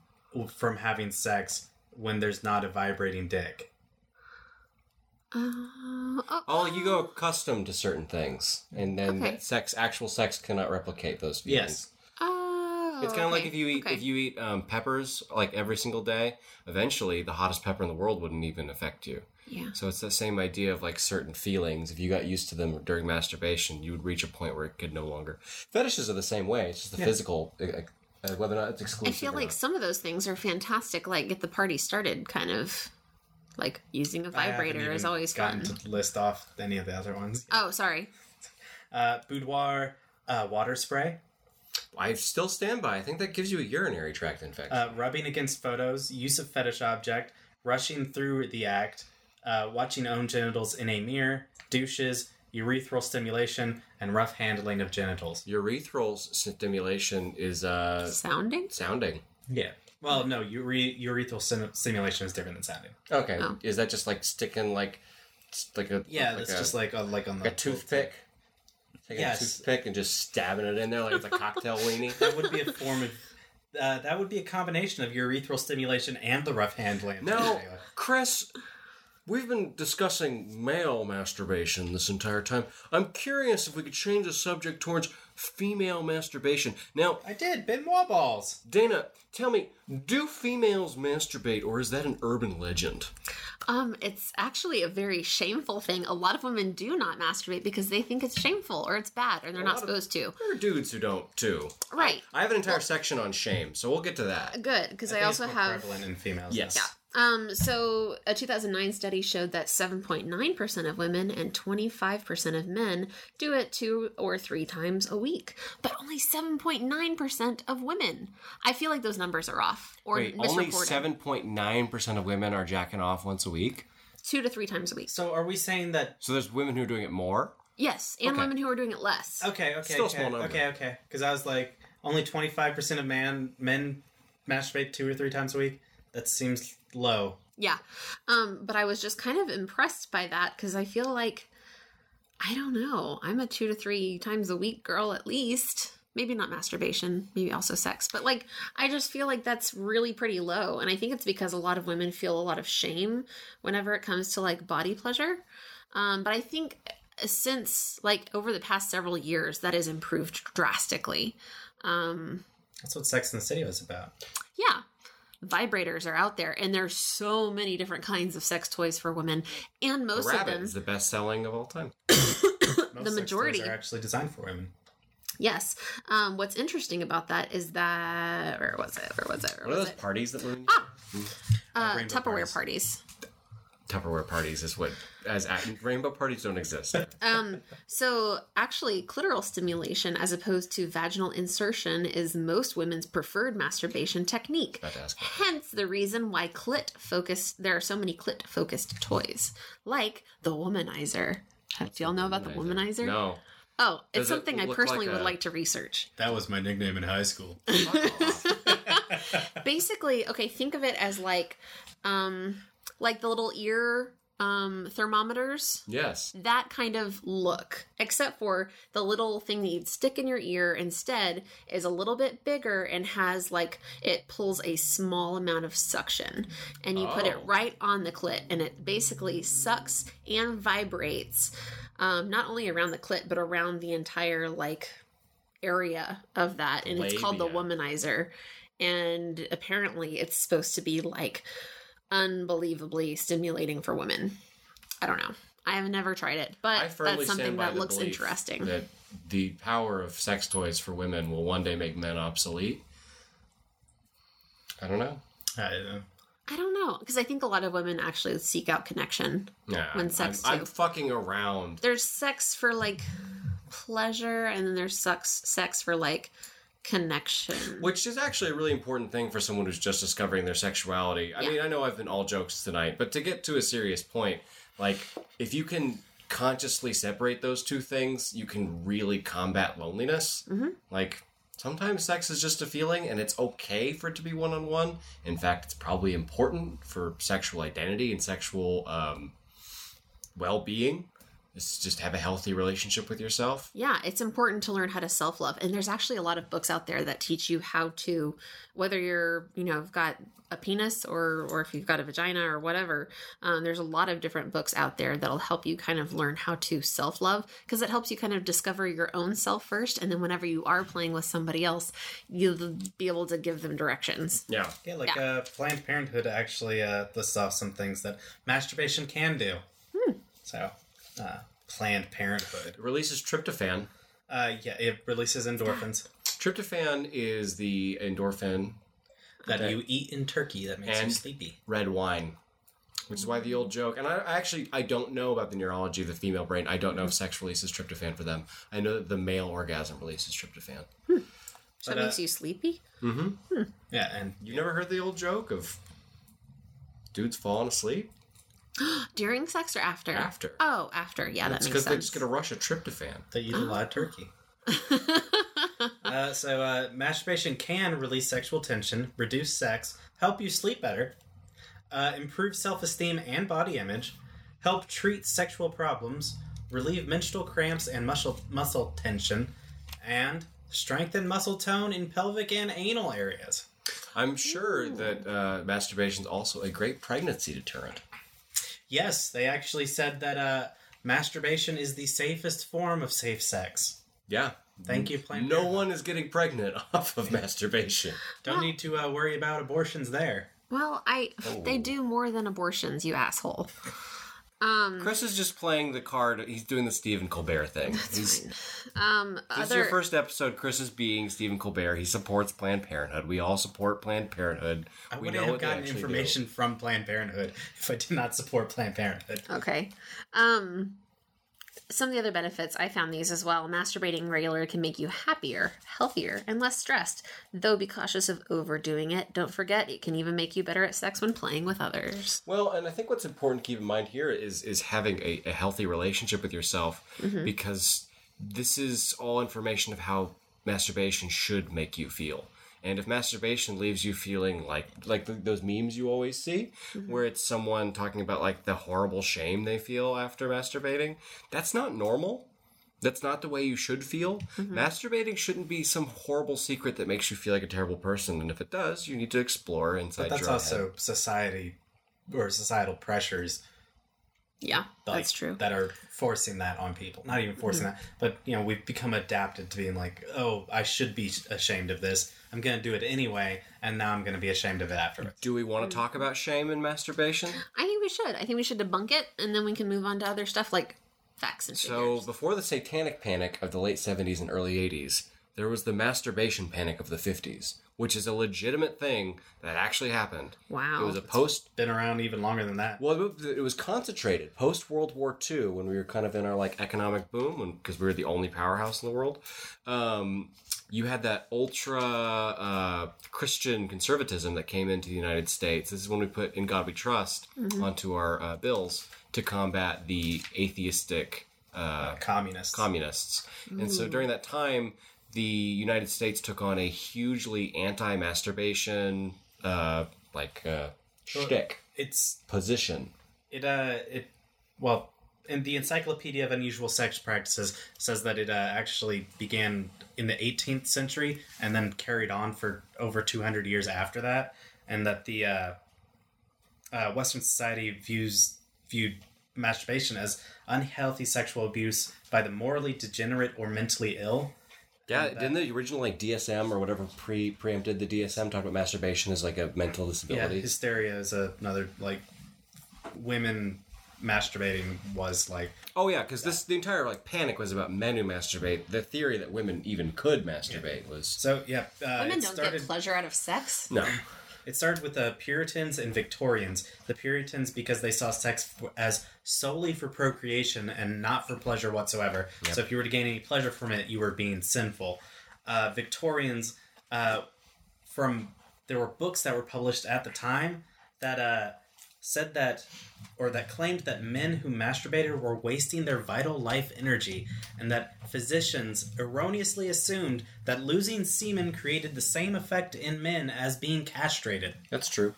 S2: from having sex when there's not a vibrating dick.
S4: uh, oh,
S1: Oh, you go accustomed to certain things, and then
S4: Okay.
S1: that sex, actual sex, cannot replicate those feelings.
S2: Yes.
S4: Oh,
S1: It's kind of like
S4: okay,
S1: if you eat
S4: okay.
S1: if you eat um, peppers like every single day. Eventually, the hottest pepper in the world wouldn't even affect you.
S4: yeah.
S1: So it's the same idea of like certain feelings. If you got used to them during masturbation, you would reach a point where it could no longer. Fetishes are the same way. It's just the physical, uh, uh, whether or not it's
S4: I
S1: exclusive.
S4: feel
S1: or
S4: like
S1: not.
S4: some of those things are fantastic. Like get the party started, kind of like using a
S2: I haven't
S4: vibrator is
S2: even
S4: always fun.
S2: gotten to list off any of the other ones.
S4: Oh, sorry.
S2: Uh, boudoir, uh, water spray,
S1: I still stand by. I think that gives you a urinary tract infection.
S2: uh, rubbing against photos, use of fetish object, rushing through the act, uh, watching own genitals in a mirror, douches, urethral stimulation, and rough handling of genitals.
S1: Urethral s- stimulation is uh,
S4: Sounding?
S1: sounding.
S2: Yeah. Well, no, ure- urethral sim- stimulation is different than sounding.
S1: Okay,
S4: Oh.
S1: is that just like sticking like s- like a
S2: Yeah,
S1: like
S2: that's
S1: a,
S2: just like a, like on the
S1: a toothpick? Taking
S2: Yes.
S1: a toothpick and just stabbing it in there like it's a cocktail weenie. [LAUGHS]
S2: That would be a form of. Uh, that would be a combination of urethral stimulation and the rough handling.
S1: No, Chris, we've been discussing male masturbation this entire time. I'm curious if we could change the subject towards female masturbation. Now,
S2: I did. Benoit balls.
S1: Dana, tell me, do females masturbate or is that an urban legend?
S4: Um, it's actually a very shameful thing. A lot of women do not masturbate because they think it's shameful or it's bad or they're
S1: lot
S4: not
S1: of-
S4: supposed to.
S1: There are dudes who don't, too.
S4: Right.
S1: I have an entire section on shame, so we'll get to that.
S4: Good, because I,
S2: think it's
S4: also
S2: more
S4: have
S2: prevalent in females.
S1: Yes.
S4: Um, so a 2009 study showed that 7.9% of women and 25% of men do it two or three times a week, but only 7.9% of women. I feel like those numbers are off or
S1: Wait, only
S4: misreported.
S1: 7.9% of women are jacking off once a week.
S4: two to three times a week.
S2: So are we saying that?
S1: So there's women who are doing it more.
S4: Yes, and
S1: Okay.
S4: women who are doing it less.
S2: Okay, okay,
S1: Still a
S2: okay,
S1: small number.
S2: okay, okay. Because I was like, only twenty five percent of man men masturbate two or three times a week. That seems low.
S4: Yeah. Um, but I was just kind of impressed by that because I feel like I don't know. I'm a two to three times a week girl at least. Maybe not masturbation, maybe also sex. But like I just feel like that's really pretty low. And I think it's because a lot of women feel a lot of shame whenever it comes to like body pleasure. Um, but I think since like over the past several years that has improved drastically. Um
S2: That's what Sex in the City was about.
S4: yeah. Vibrators are out there, and there's so many different kinds of sex toys for women, and most
S1: the
S4: of
S1: rabbit
S4: them,
S1: is the best selling of all time.
S2: Most sex toys
S4: majority.
S2: are actually designed for women.
S4: yes. Um, what's interesting about that is that, where was it? Where was it? Where
S1: What are
S4: was
S1: those
S4: it? Ah!
S1: parties that women?
S4: Uh,
S2: rainbow
S4: Tupperware
S2: parties.
S4: parties.
S1: Tupperware parties is what as act- rainbow parties don't
S4: [LAUGHS]
S1: exist.
S4: Um, so actually, clitoral stimulation as opposed to vaginal insertion is most women's preferred masturbation technique.
S1: About to ask.
S4: Hence the reason why clit focused there are so many clit focused toys, like the womanizer. Do y'all know about the womanizer?
S1: No.
S4: Oh, it's
S1: Does it
S4: something I
S1: look
S4: personally
S1: like a-
S4: would like to research.
S2: That was my nickname in high school.
S1: Fuck off.
S4: Basically, okay, think of it as like um like the little ear um thermometers.
S1: yes.
S4: That kind of look, except for the little thing that you'd stick in your ear instead is a little bit bigger and has like it pulls a small amount of suction. And you put it
S1: Oh.
S4: right on the clit and it basically sucks and vibrates um, not only around the clit, but around the entire like area of that and it's called the
S1: Labia.
S4: womanizer and apparently it's supposed to be like unbelievably stimulating for women i don't know i have never tried it but
S1: I firmly
S4: that's something
S1: stand by
S4: that
S1: the
S4: looks
S1: belief
S4: interesting
S1: That the power of sex toys for women will one day make men obsolete. I don't know.
S2: I don't know.
S4: i don't know because i think a lot of women actually seek out connection
S1: Yeah,
S4: When sex
S1: I'm, I'm
S4: too.
S1: fucking around.
S4: there's sex for like pleasure and then there's sex sex for like connection
S1: Which is actually a really important thing for someone who's just discovering their sexuality. I
S4: Yeah.
S1: mean, I know I've been all jokes tonight, but to get to a serious point, like if you can consciously separate those two things, you can really combat loneliness.
S4: Mhm.
S1: Like sometimes sex is just a feeling and it's okay for it to be one on one. In fact, it's probably important for sexual identity and sexual um, well being. Is just have a healthy relationship with yourself.
S4: Yeah, it's important to learn how to self love. And there's actually a lot of books out there that teach you how to, whether you're, you know, got a penis or, or if you've got a vagina or whatever, um, there's a lot of different books out there that'll help you kind of learn how to self love because it helps you kind of discover your own self first. And then whenever you are playing with somebody else, you'll be able to give them directions.
S1: Yeah.
S2: Yeah, like Uh, Planned Parenthood actually uh, lists off some things that masturbation can do. So, uh, Planned Parenthood.
S1: It releases tryptophan.
S2: Uh, yeah, it releases endorphins
S1: Tryptophan is the endorphin
S2: that you eat in turkey that makes you
S1: And-
S2: sleepy.
S1: red wine, which is why the old joke. And I, I actually I don't know about the neurology of the female brain. I don't know if sex releases tryptophan for them. I know that the male orgasm releases tryptophan.
S4: So
S2: But,
S4: that
S2: uh,
S4: makes you sleepy?
S1: Mm-hmm.
S2: Yeah, and
S1: You never heard the old joke of dudes falling asleep
S4: During sex or after?
S1: after?
S4: Oh, after. Yeah, that
S1: it's
S4: makes
S1: because they just
S4: sense.
S1: get a rush of tryptophan.
S2: they eat a lot of turkey. uh, so, uh, masturbation can release sexual tension, reduce sex, help you sleep better, uh, improve self esteem and body image, help treat sexual problems, relieve menstrual cramps and muscle, muscle tension, and strengthen muscle tone in pelvic and anal areas.
S1: I'm sure that uh, masturbation is also a great pregnancy deterrent.
S2: Yes, they actually said that uh, masturbation is the safest form of safe sex.
S1: Yeah,
S2: Thank you, Planned
S1: No
S2: Parenthood.
S1: one is getting pregnant [LAUGHS] off of masturbation.
S2: Don't need to uh, worry about abortions there.
S4: Well, I
S1: Oh.
S4: they do more than abortions, you asshole. Um,
S1: Chris is just playing the card. He's doing the Stephen Colbert thing. He's-
S4: um,
S1: This is
S4: other
S1: your first episode. Chris is being Stephen Colbert. He supports Planned Parenthood. We all support Planned Parenthood.
S2: I
S1: we
S2: would have
S1: what they
S2: gotten
S1: actually do.
S2: information from Planned Parenthood [LAUGHS] if I did not support Planned Parenthood.
S4: Okay. Um some of the other benefits I found these as well. Masturbating regular can make you happier, healthier, and less stressed. Though be cautious of overdoing it. Don't forget it can even make you better at sex when playing with others.
S1: Well, and I think what's important to keep in mind here is is having a, a healthy relationship with yourself
S2: Mm-hmm.
S1: because this is all information of how masturbation should make you feel. And if masturbation leaves you feeling like like th- those memes you always see,
S2: Mm-hmm.
S1: where it's someone talking about like the horrible shame they feel after masturbating, that's not normal. That's not the way you should feel.
S2: Mm-hmm.
S1: Masturbating shouldn't be some horrible secret that makes you feel like a terrible person. And if it does, you need to explore inside
S2: But that's
S1: your own head.
S2: also society or societal pressures
S4: Yeah,
S2: like,
S4: that's true. Mm-hmm.
S2: that are forcing that on people. Not even forcing that, but you know, we've become adapted to being like, "Oh, I should be ashamed of this. I'm going to do it anyway, and now I'm going to be ashamed of it afterwards."
S1: Do we want to talk about shame and masturbation?
S4: I think we should. I think we should debunk it and then we can move on to other stuff like facts and
S1: So,
S4: figures.
S1: before the satanic panic of the late 70s and early 80s, there was the masturbation panic of the 50s, which is a legitimate thing that actually happened.
S4: Wow.
S1: It was a post,
S2: Been around even longer than that.
S1: well, it was- it was concentrated post World War II when we were kind of in our like economic boom because we were the only powerhouse in the world. Um, you had that ultra uh, Christian conservatism that came into the United States. This is when we put "In God We Trust" onto our uh, bills to combat the atheistic uh,
S2: Communists.
S1: communists. And so during that time, the United States took on a hugely anti-masturbation, uh, like uh, shtick
S2: it's
S1: position.
S2: it uh it well in the encyclopedia of unusual sex practices says that it uh, actually began in the 18th century and then carried on for over 200 years after that and that the uh, uh, western society views viewed masturbation as unhealthy sexual abuse by the morally degenerate or mentally ill
S1: Yeah, didn't the original like DSM or whatever pre preempted the DSM talk about masturbation as like a mental
S2: yeah
S1: disability?
S2: hysteria is another like women masturbating was like
S1: oh yeah, because this the entire like panic was about men who masturbate. The theory that women even could masturbate was
S2: so yeah uh,
S4: Women
S2: it
S4: don't
S2: started
S4: get pleasure out of sex.
S1: no.
S2: It started with the Puritans and Victorians. The Puritans because they saw sex f- as solely for procreation and not for pleasure whatsoever. So if you were to gain any pleasure from it, you were being sinful. Uh, Victorians, uh, from there were books that were published at the time that uh, said that or that claimed that men who masturbated were wasting their vital life energy and that physicians erroneously assumed that losing semen created the same effect in men as being castrated.
S1: That's true.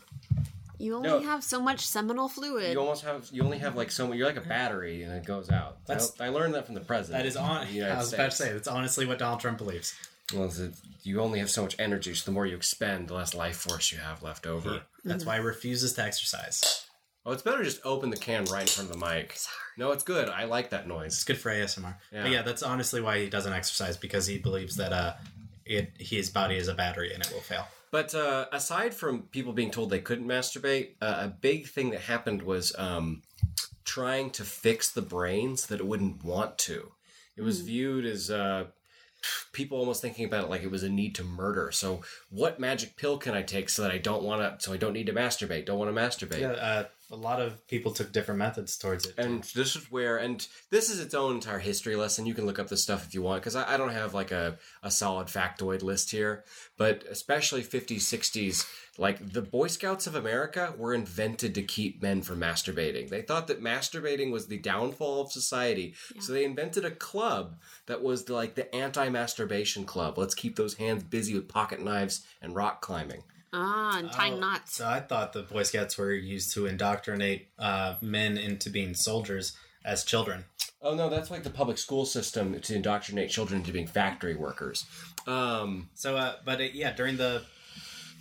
S4: You only
S1: No.
S4: have so much seminal fluid.
S1: You almost have you only have like so much. You're like a battery, and it goes out. I-
S2: That's-
S1: I, learned that from the president.
S2: That is on. [LAUGHS]
S1: of the United
S2: I was about to
S1: States.
S2: say that's honestly what Donald Trump believes.
S1: Well, it's that you only have so much energy, so the more you expend, the less life force you have left over.
S2: That's why he refuses to exercise.
S1: Oh, it's better to just open the can right in front of the mic. No, it's good. I like that
S2: It's
S1: noise.
S2: good for ASMR.
S1: Yeah.
S2: But yeah, that's honestly why he doesn't exercise because he believes that uh, it his body is a battery and it will fail.
S1: But uh, aside from people being told they couldn't masturbate, uh, a big thing that happened was um, trying to fix the brain so that it wouldn't want to. It was viewed as uh, people almost thinking about it like it was a need to murder. So, what magic pill can I take so that I don't want to? So I don't need to masturbate. Don't want to masturbate.
S2: Yeah, uh, a lot of people took different methods towards it.
S1: And this is where, and this is its own entire history lesson. You can look up this stuff if you want, because I, I don't have like a, a solid factoid list here. But especially 50s, 60s, like the Boy Scouts of America were invented to keep men from masturbating. They thought that masturbating was the downfall of society. So they invented a club that was the, like the anti masturbation club. Let's keep those hands busy with pocket knives and rock climbing.
S4: ah, and tying
S2: Oh,
S4: knots.
S2: So I thought the Boy Scouts were used to indoctrinate uh, men into being soldiers as children.
S1: Oh no, that's like the public school system to indoctrinate children into being factory workers. Um,
S2: So, uh, but uh yeah, during the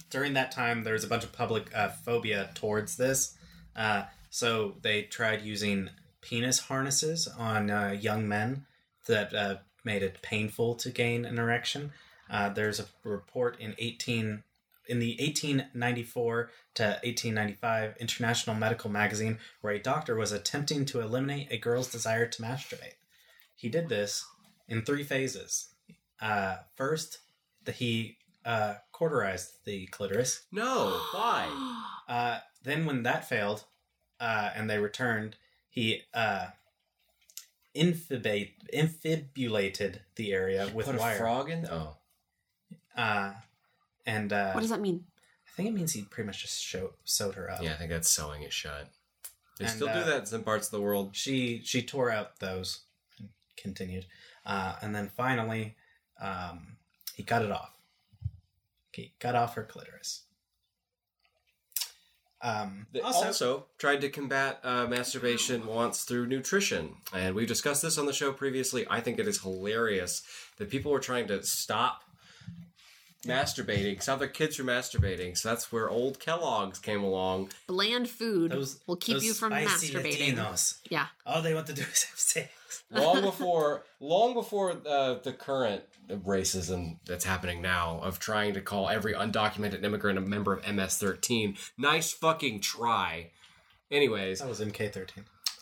S2: during that time, there was a bunch of public uh, phobia towards this. Uh, so they tried using penis harnesses on uh, young men that uh, made it painful to gain an erection. Uh, there's a report in 18 in the 1894 to 1895 International Medical Magazine where a doctor was attempting to eliminate a girl's desire to masturbate. He did this in three phases. Uh, first, the, he uh, cauterized the clitoris.
S1: No, why?
S2: Uh, then, when that failed, uh, and they returned, he uh, infibate, infibulated the area with
S1: Put a
S2: wire.
S1: frog in? Oh,
S2: Uh, and uh,
S4: [GASPS] what does that mean?
S2: I think it means he pretty much just show, sewed her up.
S1: yeah, I think that's sewing it shut. They
S2: And,
S1: still
S2: uh,
S1: do that in some parts of the world.
S2: She she tore out those and continued, uh, and then finally, um, he cut it off. He cut off her clitoris. Um,
S1: They also,
S2: also,
S1: tried to combat uh, masturbation wants through nutrition. And we've discussed this on the show previously. I think it is hilarious that people were trying to stop masturbating, stop their kids from masturbating. So that's where old Kellogg's came along.
S4: Bland food
S2: those
S4: will keep
S2: those
S4: you from
S2: spicy
S4: masturbating.
S2: Latinos.
S4: Yeah.
S2: All they want to do is have sex.
S1: Long before long before uh, the current racism that's happening now of trying to call every undocumented immigrant a member of MS-13. Nice fucking try. Anyways,
S2: That was MK13.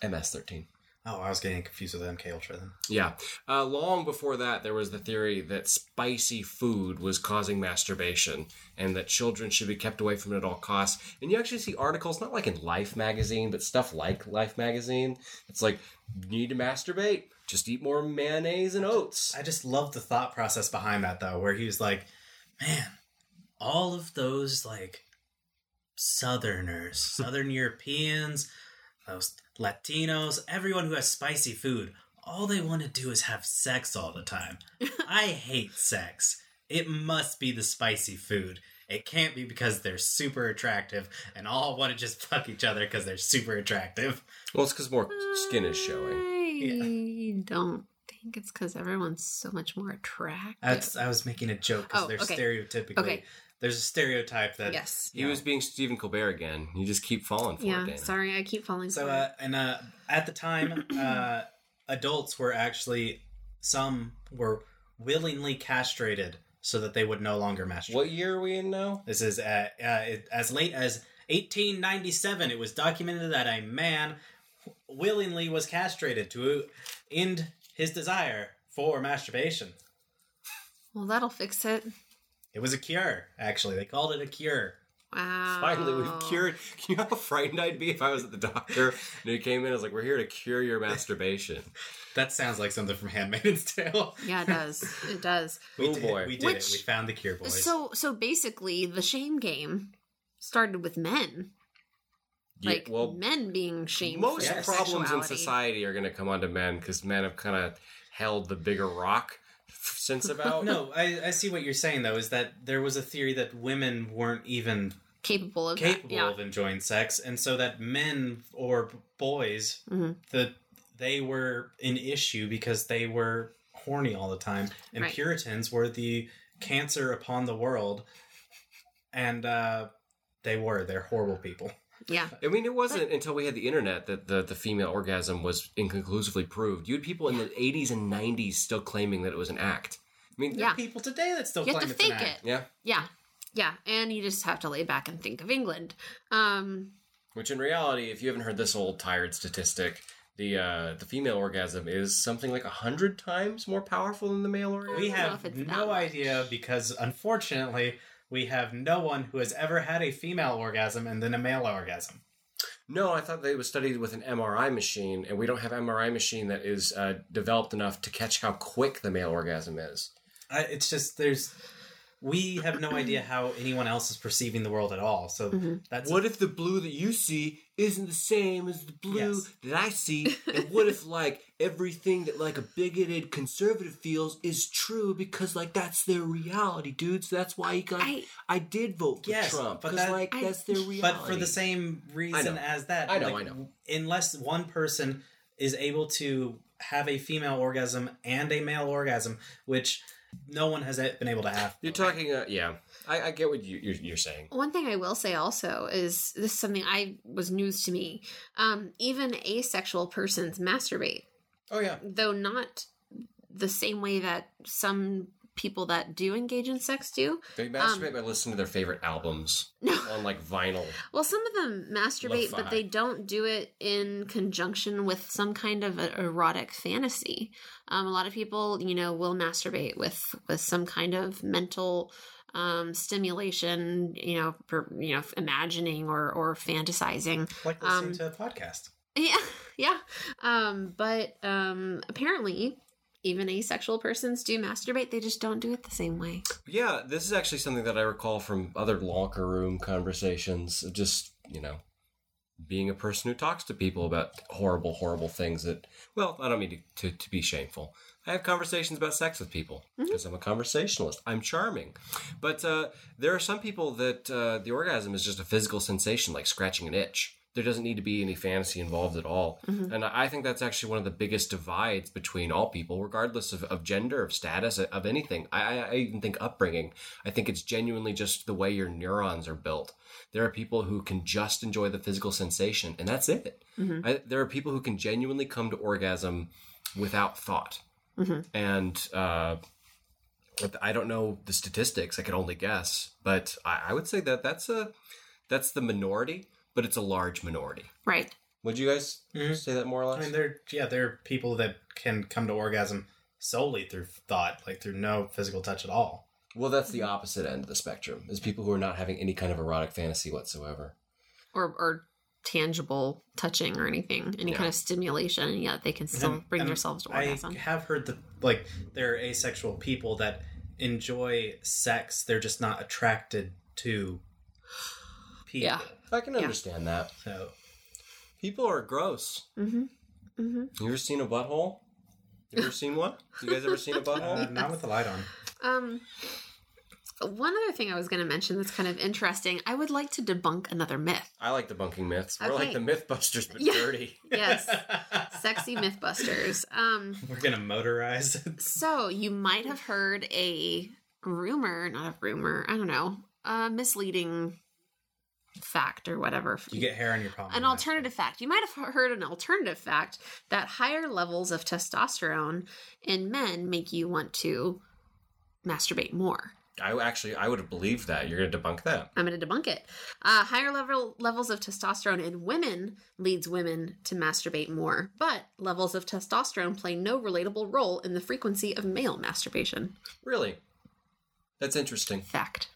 S1: MS-13.
S2: Oh, I was getting confused with MK Ultra then.
S1: Yeah. Uh, long before that, there was the theory that spicy food was causing masturbation and that children should be kept away from it at all costs. And you actually see articles, not like in Life magazine, but stuff like Life magazine. It's like, you need to masturbate, just eat more mayonnaise and oats.
S2: I just love the thought process behind that though, where he was like, "Man, all of those like
S4: [LAUGHS]
S2: Southerners, Southern Europeans, those Latinos, everyone who has spicy food, all they want to do is have sex all the
S4: [LAUGHS]
S2: time. I hate sex. It must be the spicy food." It can't be because they're super attractive and all want to just fuck each other because they're super attractive.
S1: Well, it's because more skin is showing.
S4: I don't think it's because everyone's so much more attractive.
S2: That's,
S1: uh,
S2: I was making a joke because
S4: Oh,
S2: they're
S4: okay.
S2: stereotypically.
S4: Okay.
S2: There's a stereotype that
S4: yes.
S1: He was being Stephen Colbert again. You just keep falling for it,
S4: Yeah.
S1: Dana.
S4: Sorry, I keep falling.
S2: So,
S4: for it.
S2: uh, and uh, at the time, uh, adults were actually some were willingly castrated so that they would no longer masturbate.
S1: What year are we in now?
S2: This is uh, uh, it, as late as 1897. It was documented that a man willingly was castrated to end his desire for masturbation.
S4: well, that'll fix it.
S2: It was a cure, actually. They called it a cure.
S4: Wow.
S1: Finally, we've
S4: Oh.
S1: cured. Can you know how frightened I'd be if I was at the doctor and he came in? I was like, "We're here to cure your [LAUGHS] masturbation."
S2: That sounds like something from Handmaid's Tale. [LAUGHS]
S4: Yeah, it does. It does.
S2: We
S1: Oh,
S2: did,
S1: boy.
S2: We did it.
S4: Which-
S2: We found the cure, boys.
S4: So, so basically, the shame game started with men,
S1: Yeah,
S4: like men being shamed.
S1: most
S4: for their
S1: problems in
S4: sexuality.
S1: society are going to come onto men because men have kind of held the bigger rock [LAUGHS] since about
S2: no, I, I see what you're saying though is that there was a theory that women weren't even
S4: capable of
S2: capable
S4: that. Yeah.
S2: of enjoying sex, and so that men or b- boys
S4: Mhm.
S2: that they were an issue because they were horny all the time, and
S4: Right.
S2: Puritans were the cancer upon the world, and uh, they were they're horrible people.
S4: yeah.
S1: I mean, it wasn't until we had the internet that the, the female orgasm was inconclusively proved. You had people in the 80s and 90s still claiming that it was an act. I mean,
S4: Yeah.
S2: People today that still
S4: You have
S2: claim
S4: to
S2: it's an
S4: fake
S2: act.
S4: it.
S1: yeah.
S4: Yeah. Yeah. And you just have to lay back and think of England. Um,
S1: Which in reality, if you haven't heard this old tired statistic, the uh, the female orgasm is something like 100 times more powerful than the male orgasm.
S2: We
S4: I don't know
S2: have
S4: if it's that
S2: no
S4: much.
S2: idea because unfortunately we have no one who has ever had a female orgasm and then a male orgasm.
S1: No, I thought that it was studied with an MRI machine, and we don't have MRI machine that is uh, developed enough to catch how quick the male orgasm is.
S2: I, it's just there's we have no
S4: [CLEARS THROAT]
S2: idea how anyone else is perceiving the world at all. So
S4: Mm-hmm.
S2: that's
S1: What if the blue that you see isn't the same as the blue
S2: Yes.
S1: that I [LAUGHS] see? And what if like everything that like a bigoted conservative feels is true because like that's their reality, dude. So that's why he got I,
S4: I-
S1: did vote for
S2: Yes,
S1: Trump
S2: but
S1: because
S2: that-
S1: like
S4: I-
S1: that's their reality.
S2: but for the same
S1: I
S2: reason
S1: know.
S2: as that.
S1: I know, I know.
S2: Unless one person is able to have a female orgasm and a male orgasm, which no one has e-, been able to have.
S1: you're talking, uh, yeah. I, I get what you, you're, you're saying.
S4: One thing I will say also is this is something I was news to me. Um, even asexual persons masturbate,
S1: Oh yeah,
S4: though not the same way that some people that do engage in sex do. [LAUGHS]
S1: They masturbate by listening to their favorite albums on like vinyl.
S4: Well, some of them masturbate,
S1: Lo-fi.
S4: but they don't do it in conjunction with some kind of a- erotic fantasy. Um, a lot of people, you know, will masturbate with with some kind of mental um, stimulation, you know, per, you know, imagining or or fantasizing.
S2: Like listening
S4: Um,
S2: to a podcast.
S4: Yeah, [LAUGHS] yeah. Um, but um, apparently, even asexual persons do masturbate. They just don't do it the same way.
S1: Yeah, this is actually something that I recall from other locker room conversations. of Just, you know, being a person who talks to people about horrible, horrible things that, well, I don't mean to, to, to be shameful. I have conversations about sex with people because I'm a conversationalist. I'm charming. But uh, there are some people that uh, the orgasm is just a physical sensation, like scratching an itch. There doesn't need to be any fantasy involved at all. And I think that's actually one of the biggest divides between all people, regardless of, of gender, of status, uh, of anything. I, I- I even think upbringing. I think it's genuinely just the way your neurons are built. There are people who can just enjoy the physical sensation, and that's it. I, there are people who can genuinely come to orgasm without thought. And uh, I don't know the statistics. I could only guess, but I, I would say that that's a that's the minority, but it's a large minority.
S4: Right.
S1: Would you guys
S2: Mhm.
S1: say that more or
S2: I
S1: less?
S2: mean, there, yeah, there are people that can come to orgasm solely through thought, like through no physical touch at all.
S1: well, that's the opposite end of the spectrum. Is people who are not having any kind of erotic fantasy whatsoever.
S4: or or tangible touching or anything, any
S1: Yeah.
S4: kind of stimulation, and yet they can still
S2: And-
S4: bring
S2: and
S4: themselves to
S2: I
S4: orgasm.
S2: have heard that like there are asexual people that enjoy sex; they're just not attracted to people.
S4: Yeah.
S1: I can
S4: Yeah.
S1: understand that.
S2: So
S1: People are gross.
S4: Mm-hmm. Mm-hmm.
S1: You ever seen a butthole? You ever seen one? You guys ever seen a
S2: uh, [LAUGHS]
S1: butthole?
S2: not with the light on.
S4: Um, one other thing I was going to mention that's kind of interesting. I would like to debunk another myth.
S1: I like debunking myths. We're like
S4: Okay.
S1: the MythBusters, but
S4: Yeah.
S1: dirty.
S4: Yes, sexy MythBusters. Um,
S2: We're gonna motorize. [LAUGHS] it.
S4: so you might have heard a rumor, not a rumor. I don't know, a misleading fact or whatever.
S2: You get hair on your palm.
S4: an alternative fact. You might have heard an alternative fact that higher levels of testosterone in men make you want to masturbate more.
S1: I actually I would have believed that. You're going to debunk that.
S4: I'm going to debunk it. Uh, higher level levels of testosterone in women leads women to masturbate more, but levels of testosterone play no relatable role in the frequency of male masturbation.
S1: Really? That's
S4: [LAUGHS]
S1: interesting.
S4: fact.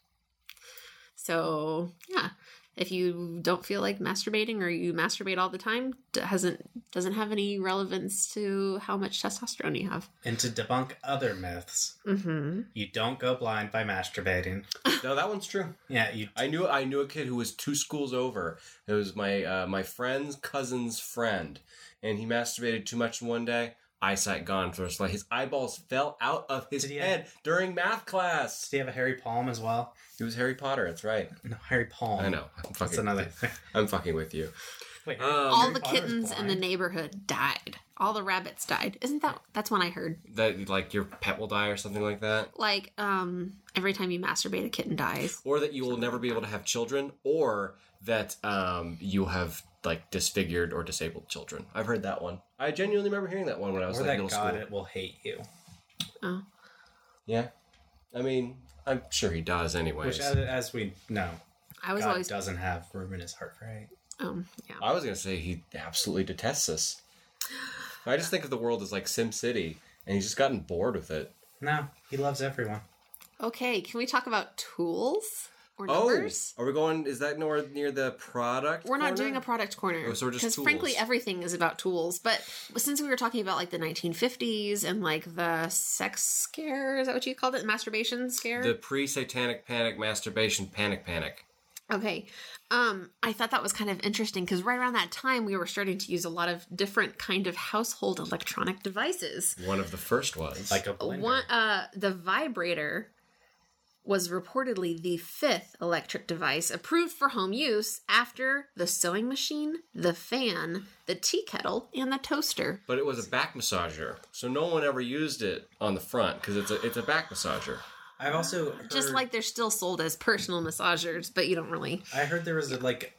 S4: So yeah, if you don't feel like masturbating or you masturbate all the time, doesn't doesn't have any relevance to how much testosterone you have.
S2: And to debunk other myths,
S4: Mm-hmm.
S2: you don't go blind by masturbating.
S1: No, that one's true.
S2: Yeah, you
S1: I knew I knew a kid who was two schools over. It was my uh, my friend's cousin's friend, and he masturbated too much one day. Eyesight gone for his life. His eyeballs fell out of his
S2: Did he
S1: head during math class.
S2: Do you have a hairy palm as well?
S1: It was Harry Potter. That's right.
S2: No, hairy palm.
S1: I know. I'm
S2: That's
S1: fucking.
S2: another.
S1: [LAUGHS] I'm fucking with you.
S2: Wait,
S1: Um,
S4: all
S2: Harry
S4: the
S2: Potter's
S4: kittens in the
S2: blind.
S4: neighborhood died. All the rabbits died. Isn't that that's one I heard?
S1: That like your pet will die or something like that,
S4: Like um, every time you masturbate, a kitten dies.
S1: or that you will never be able to have children, or that um you have like disfigured or disabled children. I've heard that one. I genuinely remember hearing that one when I was
S2: or
S1: like
S2: that
S1: middle
S2: God
S1: school.
S2: it will hate you.
S4: Oh.
S1: Yeah. I mean, I'm sure he does anyways.
S2: Which, as, as we know,
S4: I was
S2: God
S4: always
S2: doesn't have room in his heart for hate.
S4: um, yeah.
S1: I was going to say he absolutely detests us. I just think of the world as like Sim City, and he's just gotten bored with it.
S2: No, he loves everyone.
S4: Okay, can we talk about tools or numbers?
S1: Oh, are we going? Is that nowhere near the product?
S4: We're not
S1: corner?
S4: doing a product corner
S1: Oh, so we're just tools.
S4: frankly everything is about tools. But since we were talking about like the 1950s and like the sex scare, is that what you called it? Masturbation scare.
S1: The pre satanic panic, masturbation, panic, panic.
S4: okay, um, I thought that was kind of interesting because right around that time we were starting to use a lot of different kind of household electronic devices.
S1: One of the first was.
S2: Like a blender.
S4: One, uh, the vibrator was reportedly the fifth electric device approved for home use after the sewing machine, the fan, the tea kettle, and the toaster.
S1: But it was a back massager, so no one ever used it on the front because it's a it's a back massager.
S2: I've also heard,
S4: Just like they're still sold as personal massagers, but you don't really.
S2: I heard there was a, like,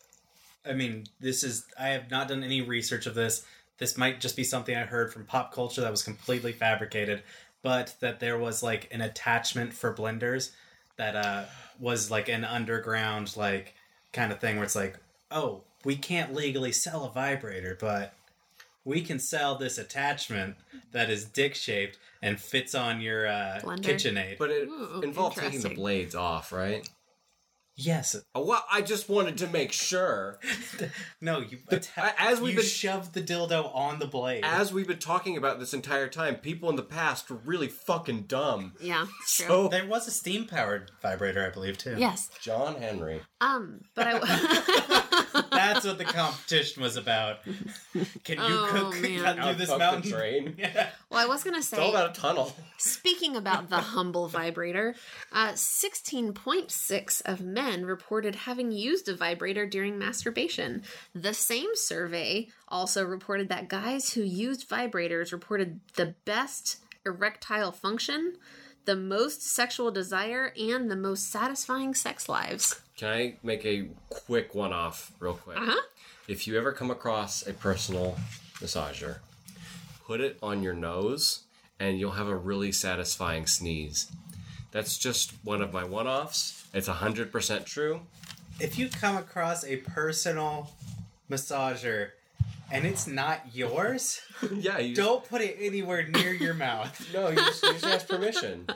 S2: I mean, this is I have not done any research of this. This might just be something I heard from pop culture that was completely fabricated. but that there was like an attachment for blenders that uh, was like an underground like kind of thing where it's like, oh, we can't legally sell a vibrator, but we can sell this attachment that is dick shaped and fits on your uh,
S4: Blender.
S2: KitchenAid.
S1: But it
S4: Ooh,
S1: involved taking the
S4: interesting.
S1: blades off, right?
S2: yes,
S1: Oh, Well, I just wanted to make [LAUGHS] sure.
S2: no, you
S1: a- as we've
S2: you
S1: been-
S2: shoved the dildo on the blade.
S1: As we've been talking about this entire time, people in the past were really fucking dumb. [LAUGHS]
S4: Yeah. True.
S1: So,
S2: there was a steam powered vibrator, I believe, too.
S4: yes.
S1: John Henry.
S4: Um, but I.
S2: [LAUGHS] That's what the competition was about. Can you
S4: Oh,
S2: cook
S4: man.
S2: cut through
S1: Out
S2: this
S1: fuck the
S2: mountain?
S1: [LAUGHS] Train.
S2: Yeah.
S4: [LAUGHS] well, I was gonna
S1: It's all
S4: say.
S1: about a tunnel.
S4: Speaking about the humble vibrator, uh, 16.6 of men reported having used a vibrator during masturbation. The same survey also reported that guys who used vibrators reported the best erectile function, the most sexual desire, and the most satisfying sex lives.
S1: Can I make a quick one off, real quick?
S4: Uh-huh.
S1: If you ever come across a personal massager, put it on your nose and you'll have a really satisfying sneeze. That's just one of my one offs. It's 100% true.
S2: If you come across a personal massager and it's not yours,
S1: Yeah, you
S2: don't put it anywhere near your [LAUGHS] mouth.
S1: No, you just, you just ask [LAUGHS] permission.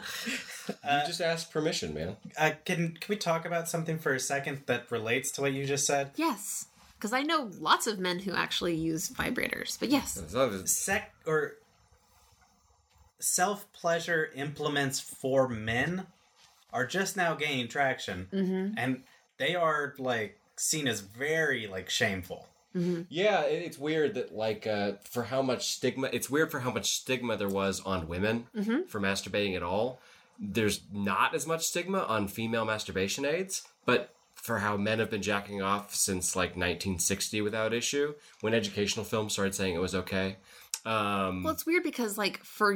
S1: you just ask permission, man.
S2: Uh, can can we talk about something for a second that relates to what you just said?
S4: Yes, because I know lots of men who actually use vibrators, but yes.
S1: It's not as-
S2: Sec or self pleasure implements for men are just now gaining traction, and they are like seen as very like shameful.
S1: yeah, it, it's weird that like uh, for how much stigma. It's weird for how much stigma there was on women
S4: Mm-hmm.
S1: for masturbating at all. There's not as much stigma on female masturbation aids, but for how men have been jacking off since like 1960 without issue, when educational films started saying it was okay. Um,
S4: Well, it's weird because, like, for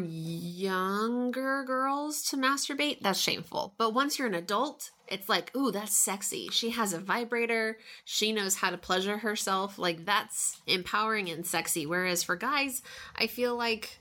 S4: younger girls to masturbate, that's shameful. But once you're an adult, it's like, ooh, that's sexy. She has a vibrator. She knows how to pleasure herself. Like, that's empowering and sexy. Whereas for guys, I feel like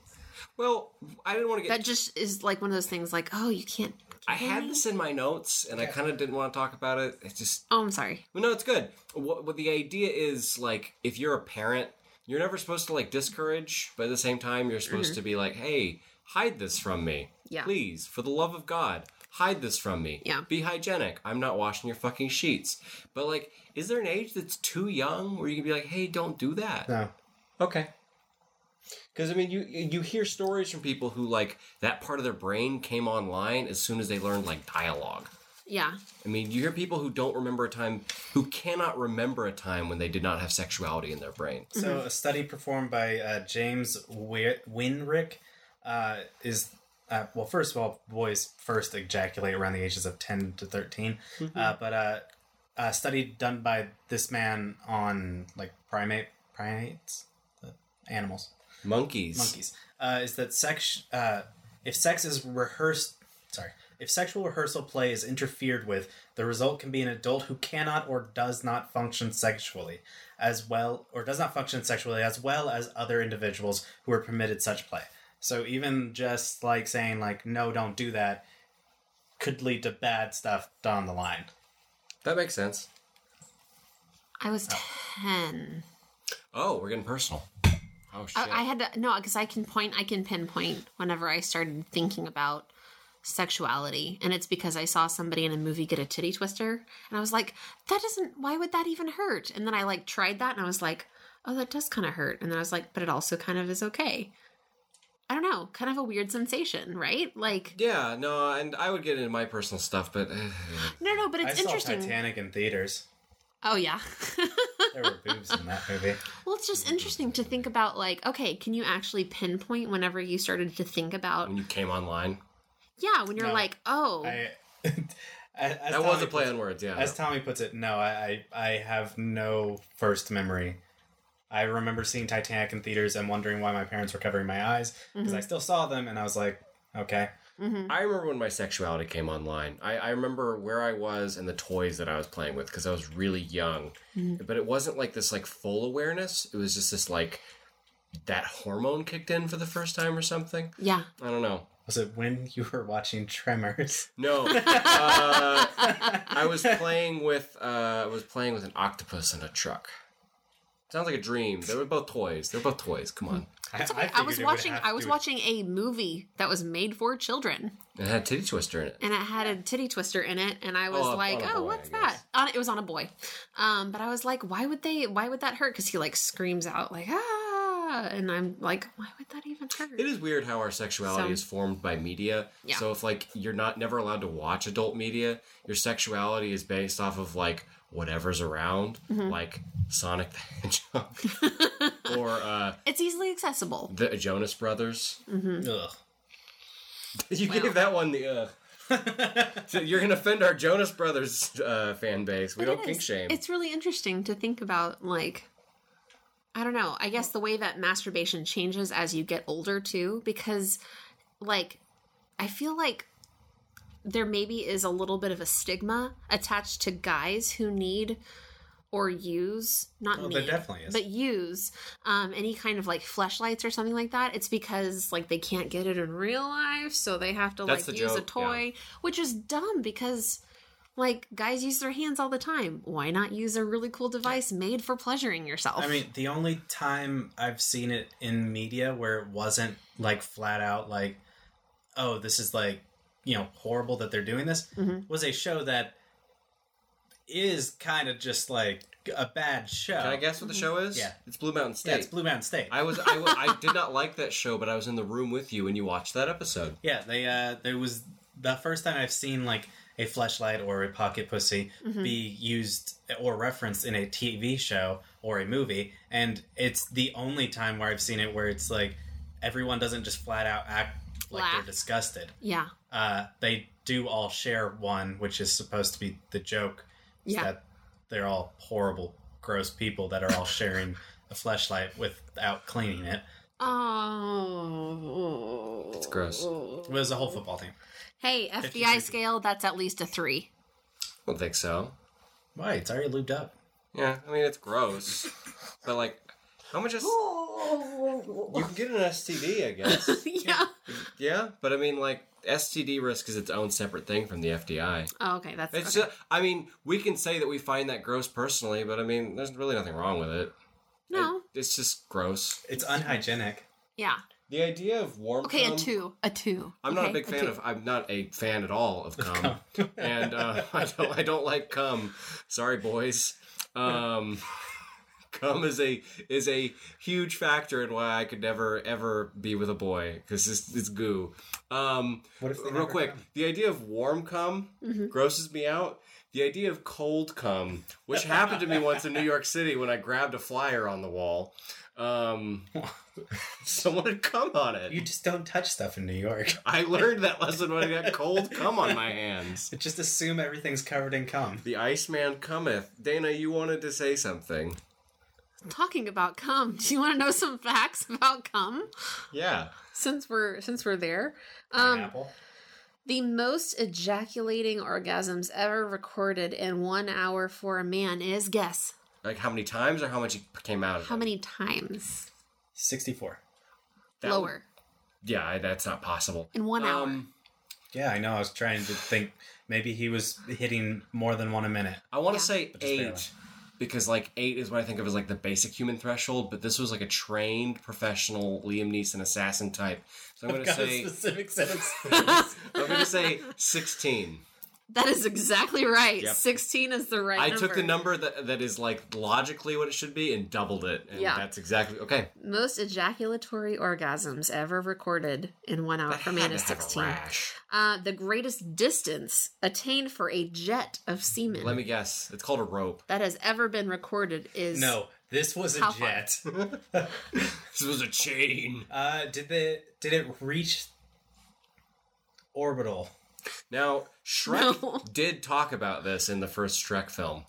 S1: well, I didn't want to get
S4: that just is like one of those things, like, oh, you can't.
S1: I had this in my notes, and I kind of didn't want to talk about it. It just
S4: Oh, I'm sorry.
S1: well, no, it's good. What, what the idea is like, if you're a parent, you're never supposed to like discourage, but at the same time, you're supposed to be like, hey, hide this from me,
S4: Mm-hmm. Yeah.
S1: please, for the love of God, hide this from me.
S4: Yeah.
S1: be hygienic. I'm not washing your fucking sheets. But like, is there an age that's too young where you can be like, hey, don't do that?
S2: No,
S1: Okay. Because I mean, you you hear stories from people who like that part of their brain came online as soon as they learned like dialogue.
S4: Yeah.
S1: I mean, you hear people who don't remember a time, who cannot remember a time when they did not have sexuality in their brain.
S2: So, a study performed by uh, James Wi- Winrick uh, is, uh, well, first of all, boys first ejaculate around the ages of 10 to 13. Uh, but uh, a study done by this man on like primate primates, Uh, animals,
S1: Monkeys.
S2: monkeys, uh, is that sex, uh, if sex is rehearsed, sorry, if sexual rehearsal play is interfered with, the result can be an adult who cannot or does not function sexually as well, or does not function sexually as well as other individuals who are permitted such play. So even just like saying like no, don't do that, could lead to bad stuff down the line.
S1: That makes sense.
S4: I was 10.
S1: Oh, we're getting personal. Oh shit.
S4: I, I had to no because I can point, I can pinpoint whenever I started thinking about sexuality, and it's because I saw somebody in a movie get a titty twister, and I was like, that doesn't. Why would that even hurt? And then I like tried that, and I was like, oh, that does kind of hurt. And then I was like, but it also kind of is okay. I don't know, kind of a weird sensation, right? Like,
S1: yeah, no, and I would get into my personal stuff, but uh,
S4: no, no, but
S2: I
S4: it's
S2: saw
S4: interesting.
S2: Titanic in theaters.
S4: Oh yeah. [LAUGHS]
S2: There were boobs in that movie.
S4: well, it's just interesting to think about. Like, okay, can you actually pinpoint whenever you started to think about?
S1: when you came online,
S4: Yeah, when you're
S2: No.
S4: like, oh,
S2: I, [LAUGHS] as
S1: that was
S2: Tommy
S1: a play
S2: puts-
S1: on words. Yeah.
S2: As Tommy puts it, no, I, I I have no first memory. I remember seeing Titanic in theaters and wondering why my parents were covering my eyes because
S4: Mm-hmm.
S2: I still saw them and I was like, okay,
S1: I remember when my sexuality came online. I, I remember where I was and the toys that I was playing with because I was really young.
S4: Mm-hmm.
S1: But it wasn't like this like full awareness. It was just this like that hormone kicked in for the first time or something.
S4: yeah.
S1: I don't know.
S2: Was it when [LAUGHS] you were watching Tremors?
S1: No, uh, I was playing with uh, I was playing with an octopus in a truck. Sounds like a dream. They were both toys. They're both toys. Come on,
S4: It's okay. I,
S2: figured
S4: was
S2: it would
S4: watching.
S2: have
S4: I
S2: to
S4: was
S2: do-
S4: watching a movie that was made for children,
S1: it had a titty twister in it.
S4: and it had a titty twister in it, and I was
S1: Oh, a- on
S4: like,
S1: a
S4: "Oh,
S1: boy,
S4: what's
S1: I guess.
S4: that?" On it was on a boy, um, but I was like, "Why would they? Why would that hurt?" Because he like screams out like ah, and I'm like, "Why would that even hurt?"
S1: It is weird how our sexuality
S4: So-
S1: is formed by media.
S4: Yeah.
S1: So if like you're not never allowed to watch adult media, your sexuality is based off of like whatever's around, like Sonic the Hedgehog [LAUGHS] or uh,
S4: It's easily accessible.
S1: the Jonas Brothers.
S2: Ugh.
S1: You
S4: Wow.
S1: gave that one the. Uh, [LAUGHS] so you're gonna offend our Jonas Brothers uh, fan base. We
S4: But
S1: don't
S4: it
S1: kink
S4: is.
S1: shame.
S4: It's really interesting to think about, like, I don't know. I guess the way that masturbation changes as you get older, too, because, like, I feel like there maybe is a little bit of a stigma attached to guys who need or use not
S1: Oh,
S2: Well,
S4: need
S2: there definitely is.
S4: but use um, any kind of like fleshlights or something like that it's because like they can't get it in real life so they have to
S1: That's
S4: like
S1: the
S4: use a
S1: joke, yeah.
S4: toy which is dumb because like guys use their hands all the time why not use a really cool device made for pleasuring yourself
S2: I mean, the only time I've seen it in media where it wasn't like flat out like, oh, this is like, you know, horrible that they're doing this
S4: Mhm.
S2: was a show that is kind of just like a bad show.
S1: Can I guess what the show is?
S2: Yeah.
S1: it's Blue Mountain State.
S2: Yeah, it's Blue Mountain State.
S1: I was I, wa- I did not like that show, but I was in the room with you when you watched that episode.
S2: Yeah, they uh there was the first time I've seen like a flashlight or a pocket pussy
S4: Mm-hmm. Hmm.
S2: be used or referenced in a TV show or a movie, and it's the only time where I've seen it where it's like everyone doesn't just flat out act like
S4: Laugh.
S2: they're disgusted.
S4: yeah
S2: Uh, they do all share one, which is supposed to be the joke. is
S4: Yeah.
S2: that they're all horrible, gross people that are all sharing a flashlight without cleaning it.
S4: oh it's
S1: gross.
S2: It was a whole football team.
S4: hey
S2: Fifty,
S4: fbi
S2: sixty.
S4: scale that's at least a three
S1: I don't think so.
S2: Why? It's already lubed up.
S1: Yeah, I mean it's gross, but like, how much is you can get an STD, I
S4: [LAUGHS]
S1: guess.
S4: yeah
S1: [LAUGHS] yeah, but I mean like STD risk is its own separate thing from the FDI.
S4: oh, okay that's
S1: It's
S4: okay.
S1: ju- I mean we can say that we find that gross personally, but I mean there's really nothing wrong with it.
S4: no
S1: It- it's just gross.
S2: It's unhygienic.
S4: yeah
S1: The idea of warm.
S4: okay a
S1: cum-
S4: two a two
S1: Um, I'm not
S4: Okay,
S1: a big fan
S4: two.
S1: of. I'm not a fan at all of cum, [LAUGHS] and uh, I don't. I don't like cum. Sorry, boys. Um, [LAUGHS] cum is a is a huge factor in why I could never ever be with a boy because it's, it's goo. Um,
S2: What if they
S1: real
S2: never
S1: quick,
S2: come?
S1: the idea of warm cum grosses me out. The idea of cold cum, which happened to me once in New York City when I grabbed a flyer on the wall. Um, [LAUGHS] someone had cum on it.
S2: You just don't touch stuff in New York. [LAUGHS]
S1: I learned that lesson when I got cold cum on my hands.
S2: Just assume everything's covered in cum.
S1: The Iceman cometh. Dana, you wanted to say something.
S4: talking about cum [LAUGHS] do you want to know some facts about cum
S1: Yeah.
S4: since we're since we're there um
S2: Apple.
S4: The most ejaculating orgasms ever recorded in one hour for a man is guess
S1: Like how many times or how much it came out? Of
S4: how
S1: it?
S4: many times
S2: 64.
S1: That-
S4: lower
S1: Yeah, I- that's not possible.
S4: in one hour.
S1: Um,
S2: Yeah, I know. I was trying to think maybe he was hitting more than one a minute.
S1: I want
S4: Yeah.
S1: to say
S2: just barely.
S1: eight because like eight is what I think of as like the basic human threshold, but this was like a trained professional Liam Neeson assassin type. [LAUGHS] So I'm going to say
S2: specific sense.
S1: I'm going to say 16.
S4: [LAUGHS] That is exactly right.
S1: Yep.
S4: Sixteen is the [LAUGHS] right.
S1: I took the number that that is like logically what it should be and doubled it and
S4: Yeah.
S1: that's exactly Okay.
S4: Most ejaculatory orgasms ever recorded in one hour for a man
S1: Had
S4: is
S1: to have a
S4: sixteen.
S1: rash.
S4: Uh, the greatest distance attained for a jet of semen
S1: Let me guess. It's called a rope.
S4: that has ever been recorded is
S2: no, [LAUGHS] this was a
S4: How far?
S2: jet.
S1: [LAUGHS]
S4: [LAUGHS]
S1: This was a chain.
S2: uh, did the did it reach orbital?
S1: Now, Shrek
S4: No.
S1: [LAUGHS] did talk about this in the first Shrek film.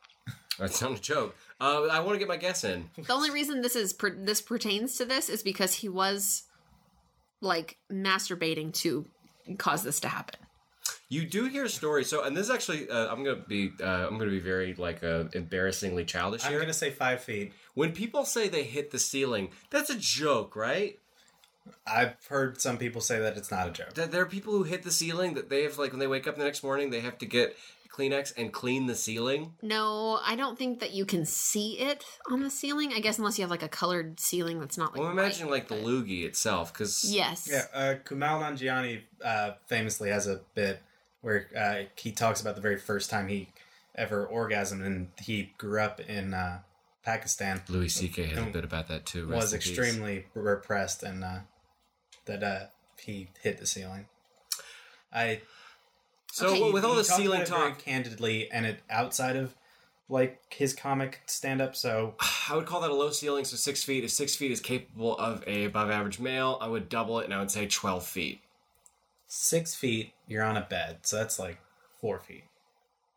S1: [LAUGHS] That's not a joke. Uh, I want to get my guess in.
S4: [LAUGHS] The only reason this is per- this pertains to this is because he was like masturbating to cause this to happen.
S1: You do hear stories. So, and this is actually, uh, I'm gonna be, uh, I'm gonna be very like uh, embarrassingly childish
S2: I'm
S1: here.
S2: gonna say five feet.
S1: When people say they hit the ceiling, that's a joke, right?
S2: I've heard some people say that it's not a joke.
S1: There there are people who hit the ceiling that they have, like, when they wake up the next morning, they have to get Kleenex and clean the ceiling.
S4: No, I don't think that you can see it on the ceiling. I guess unless you have like a colored ceiling that's not like.
S1: Well, imagine, like,
S4: white,
S1: the
S4: but-
S1: loogie itself, because
S4: Yes.
S2: Yeah, uh, Kumail Nanjiani uh, famously has a bit where uh, he talks about the very first time he ever orgasmed, and he grew up in uh, Pakistan,
S1: Louis C.K. has a
S2: And
S1: bit about that, too. Rest
S2: was
S1: in peace.
S2: extremely repressed, and uh, that uh, he hit the ceiling. I
S1: So,
S4: Okay.
S1: Oh, with all
S2: he
S1: the
S2: talked
S1: ceiling
S2: about it very
S1: talk, [SIGHS]
S2: candidly, and it outside of like his comic stand up. So
S1: I would call that a low ceiling, so six feet. If six feet is capable of a above average male, I would double it and I would say 12 feet.
S2: six feet, you're on a bed, so that's like four feet,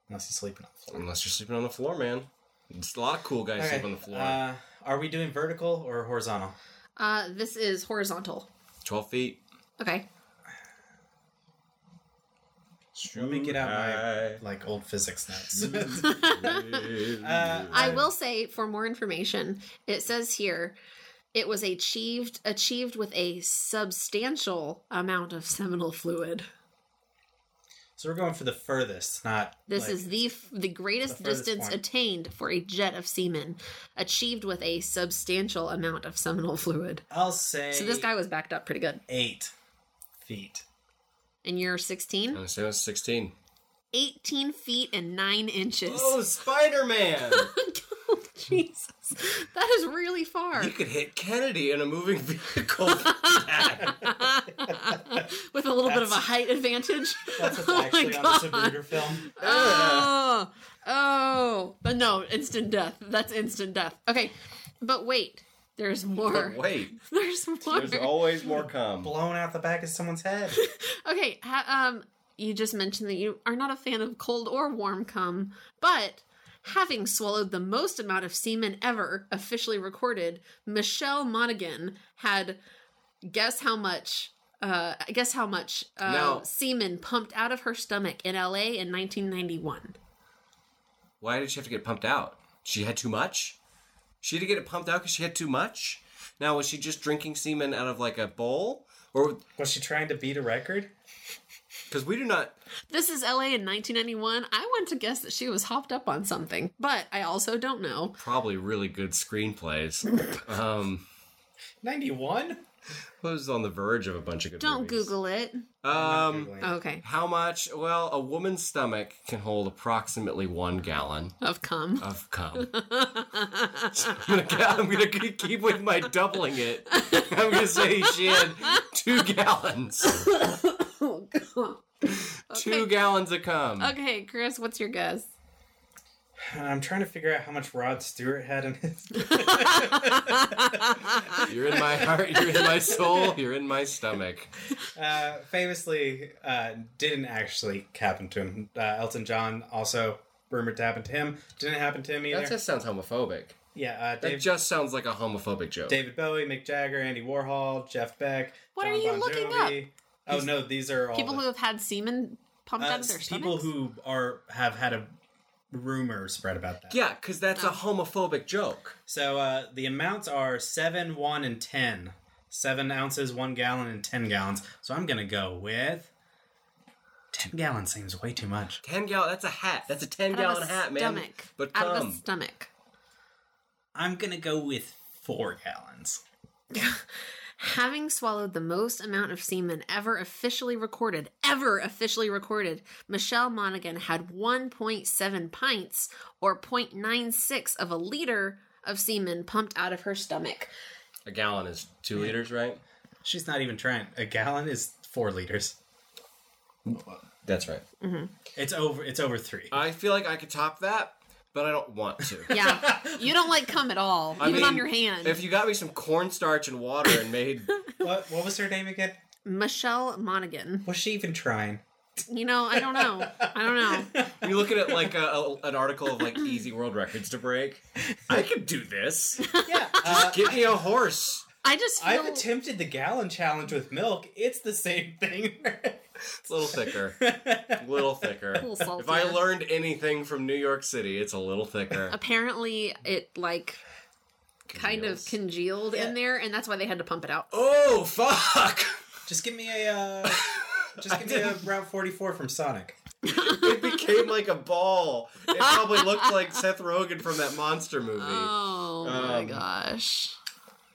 S2: unless you're sleeping on the floor.
S1: Unless you're sleeping on the floor, man. It's a lot of cool guys
S2: Okay,
S1: sleep on the floor.
S2: Uh, are we doing vertical or horizontal?
S4: Uh, this is horizontal.
S1: 12 feet. [LAUGHS]
S4: Okay.
S2: Let me get out
S1: Should
S2: my like old physics notes. [LAUGHS] Uh,
S1: I-
S4: I will say for more information, it says here it was achieved achieved with a substantial amount of seminal fluid.
S2: so we're going for the furthest, not
S4: This
S2: like-
S4: is the f- the greatest
S2: the furthest
S4: distance
S2: point.
S4: attained for a jet of semen, achieved with a substantial amount of seminal fluid.
S2: I'll say.
S4: So this guy was backed up pretty good.
S2: eight feet.
S4: And you're
S2: Uh.
S4: 16,
S1: I'm saying it's 16.
S4: 18 feet and 9 inches. [LAUGHS]
S1: Oh, Spider
S2: [LAUGHS]
S1: Man!
S4: Jesus. That is really
S2: [LAUGHS]
S4: far. [LAUGHS]
S1: you could hit Kennedy in a moving vehicle.
S4: With a little bit of a
S2: That's-
S4: height advantage.
S2: [LAUGHS] That's what's
S4: [LAUGHS] Oh my
S2: actually on
S4: God.
S2: the Zapruder film.
S4: [LAUGHS] Oh, oh, but no, instant death. That's instant death. Okay, but wait, there's more.
S1: Wait,
S4: [LAUGHS] There's more.
S1: there's always more come.
S2: Blown out the back of someone's head.
S4: okay, ha- um, you just mentioned that you are not a fan of cold or warm cum, but having swallowed the most amount of semen ever officially recorded, Michelle Monaghan had guess how much. Uh, guess how much uh,
S1: No.
S4: semen pumped out of her stomach in LA in 1991?
S1: Why did she have to get pumped out? She had too much? She had to get it pumped out because she had too much? Now, was she just drinking semen out of like a bowl? Or
S2: Was she trying to beat a record?
S1: because we do not.
S4: This is LA in 1991. I want to guess that she was hopped up on something, but I also don't know.
S1: Probably really good screenplays. [LAUGHS] um,
S2: Ninety-one.
S1: was on the verge of a bunch of good
S4: Don't
S1: movies.
S4: Google it.
S1: Um,
S4: Okay.
S1: How much? Well, a woman's stomach can hold approximately one gallon
S4: Of cum.
S1: of cum. I'm, gonna, I'm gonna keep with my doubling
S4: [LAUGHS]
S1: it. I'm gonna say she had two gallons,
S4: [LAUGHS] Oh, God.
S1: two gallons of cum.
S4: Okay, Chris, what's your guess?
S2: I'm trying to figure out how much Rod Stewart had in his.
S4: [LAUGHS]
S1: You're in my heart. You're in my soul. You're in my stomach.
S2: Uh, famously, uh, didn't actually happen to him. Uh, Elton John also rumored to happen to him. Didn't happen to him either.
S1: That just sounds homophobic.
S2: yeah, uh,
S1: That
S2: Dave,
S1: just sounds like a homophobic joke.
S2: David Bowie, Mick Jagger, Andy Warhol, Jeff Beck.
S4: What
S2: John
S4: are you
S2: Bon
S4: looking
S2: Jovi. Oh no, these [LAUGHS] are all
S4: People
S2: the-
S4: who have had semen pumped out
S2: Uh,
S4: of their
S2: people
S4: stomachs?
S2: who are have had a rumor spread about that.
S1: Yeah, because that's
S4: Oh.
S1: a homophobic joke.
S2: So uh, the amounts are seven, one, and ten. Seven ounces, one gallon, and ten gallons. So I'm gonna go with ten gallons. Seems way too much.
S1: Ten gallon. That's a hat. That's a ten
S4: out
S1: gallon
S4: of a
S1: hat, man.
S4: stomach.
S1: But
S4: out of
S1: cum.
S4: a stomach.
S2: I'm gonna go with four gallons.
S4: Having swallowed the most amount of semen ever officially recorded, ever officially recorded, Michelle Monaghan had 1.7 pints or 0.96 of a liter of semen pumped out of her stomach.
S1: A gallon is two liters, right?
S2: She's not even trying. A gallon is four liters.
S1: That's right.
S2: It's over. It's over three.
S1: I feel like I could top that, but I don't want to.
S4: [LAUGHS]
S1: [LAUGHS]
S4: Yeah. you don't like cum at all,
S1: I
S4: even on
S1: mean,
S4: your hand.
S1: If you got me some cornstarch and water and made
S4: [LAUGHS]
S2: what, what was her name again?
S4: Michelle Monaghan.
S2: Was she even trying?
S4: You know, I don't know. I don't know.
S1: you look at it like a, a- an article of like easy world records to break, I could do [LAUGHS] this.
S2: [LAUGHS] Yeah. Uh,
S1: Give me a horse.
S4: I just feel
S2: I've attempted the gallon challenge with milk. It's the same thing. [LAUGHS]
S1: It's a little thicker. A little thicker.
S4: little salty.
S1: If I learned anything from New York City, it's a little thicker.
S4: apparently it like kind of congealed
S2: Yeah.
S4: in there, and that's why they had to pump it out.
S1: Oh fuck! [LAUGHS]
S2: Just give me a. Uh, just give me a Route 44 from Sonic.
S1: It became like a ball. It
S4: [LAUGHS]
S1: probably looked like Seth Rogen from that monster movie.
S4: Oh my
S1: Um,
S4: gosh.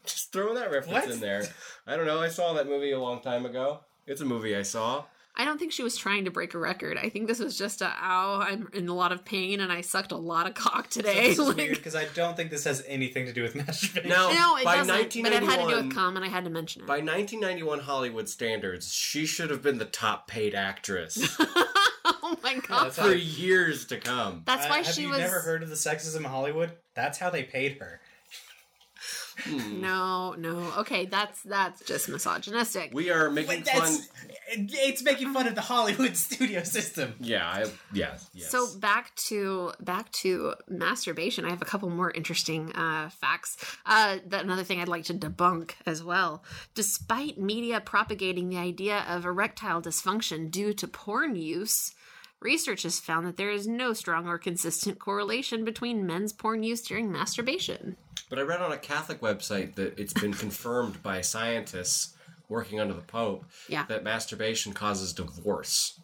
S1: Just throwing that reference
S2: What?
S1: in there. I don't know. I saw that movie a long time ago. It's a movie I saw.
S4: I don't think she was trying to break a record. I think this was just a ow, I'm in a lot of pain and I sucked a lot of cock today. [LAUGHS]
S2: This is weird
S4: like,
S2: because I don't think this has anything to do with [LAUGHS] masturbation.
S1: Now,
S4: no, it
S1: by
S4: doesn't. But it had to do
S1: 1991,
S4: with cum and I had to mention it.
S1: by 1991 Hollywood standards, she should have been the top paid
S4: [LAUGHS]
S1: actress
S4: oh my god.
S2: that's
S1: for years to come.
S4: That's
S2: Uh,
S4: why
S2: have
S4: she
S2: you
S4: was
S2: never heard of the sexism in Hollywood? That's how they paid her.
S1: Hmm.
S4: No, no. Okay, that's that's just misogynistic.
S1: We are making
S2: But
S1: fun.
S2: that's it's making fun of the Hollywood [LAUGHS] studio system.
S1: Yeah, I, yeah, yes.
S4: So back to back to masturbation. I have a couple more interesting uh, facts. Uh, that another thing I'd like to debunk as well. Despite media propagating the idea of erectile dysfunction due to porn use, research has found that there is no strong or consistent correlation between men's porn use during masturbation.
S1: But I read on a Catholic website that it's been confirmed by scientists working under the Pope
S4: Yeah.
S1: that masturbation causes divorce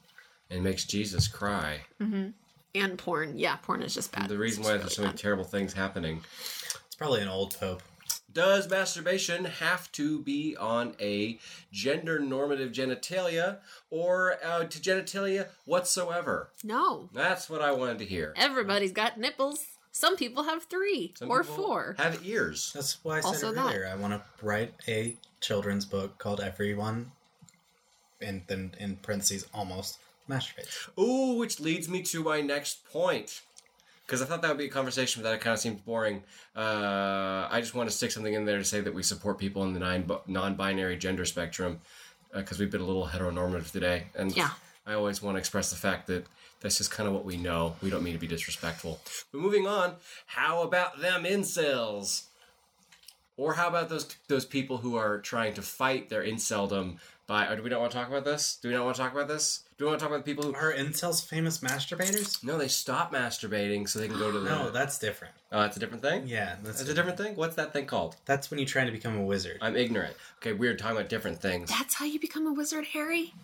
S1: and makes Jesus cry.
S4: And porn, yeah, porn is just bad.
S1: The reason why there's so many terrible things happening.
S2: It's probably an old pope.
S1: Does masturbation have to be on a gender normative genitalia or uh, to genitalia whatsoever?
S4: No,
S1: That's what I wanted to hear.
S4: everybody's got nipples. Some people have three
S1: Some
S4: or
S1: people
S4: four.
S1: Have ears.
S2: That's why I said
S4: Also
S2: it
S4: that.
S2: earlier. I want to write a children's book called Everyone, and then in parentheses, almost masturbates.
S1: Ooh, which leads me to my next point. Because I thought that would be a conversation, but that kind of seems boring. Uh, I just want to stick something in there to say that we support people in the nine, non-binary gender spectrum, because we've been a little heteronormative today, and
S4: Yeah.
S1: I always want to express the fact that that's just kind of what we know. We don't mean to be disrespectful. But moving on, how about them incels? Or how about those those people who are trying to fight their inceldom by? Or do we not want to talk about this? Do we not want to talk about this? Do we want to talk about the people who
S2: Are incels famous masturbators?
S1: no, they stop masturbating so they can go [GASPS] to the.
S2: No, that's different.
S1: Oh, that's a different thing.
S2: Yeah, that's,
S1: That's a different thing. What's that thing called?
S2: That's when you're trying to become a wizard.
S1: I'm ignorant. Okay, we're talking about different things.
S4: That's how you become a wizard, Harry?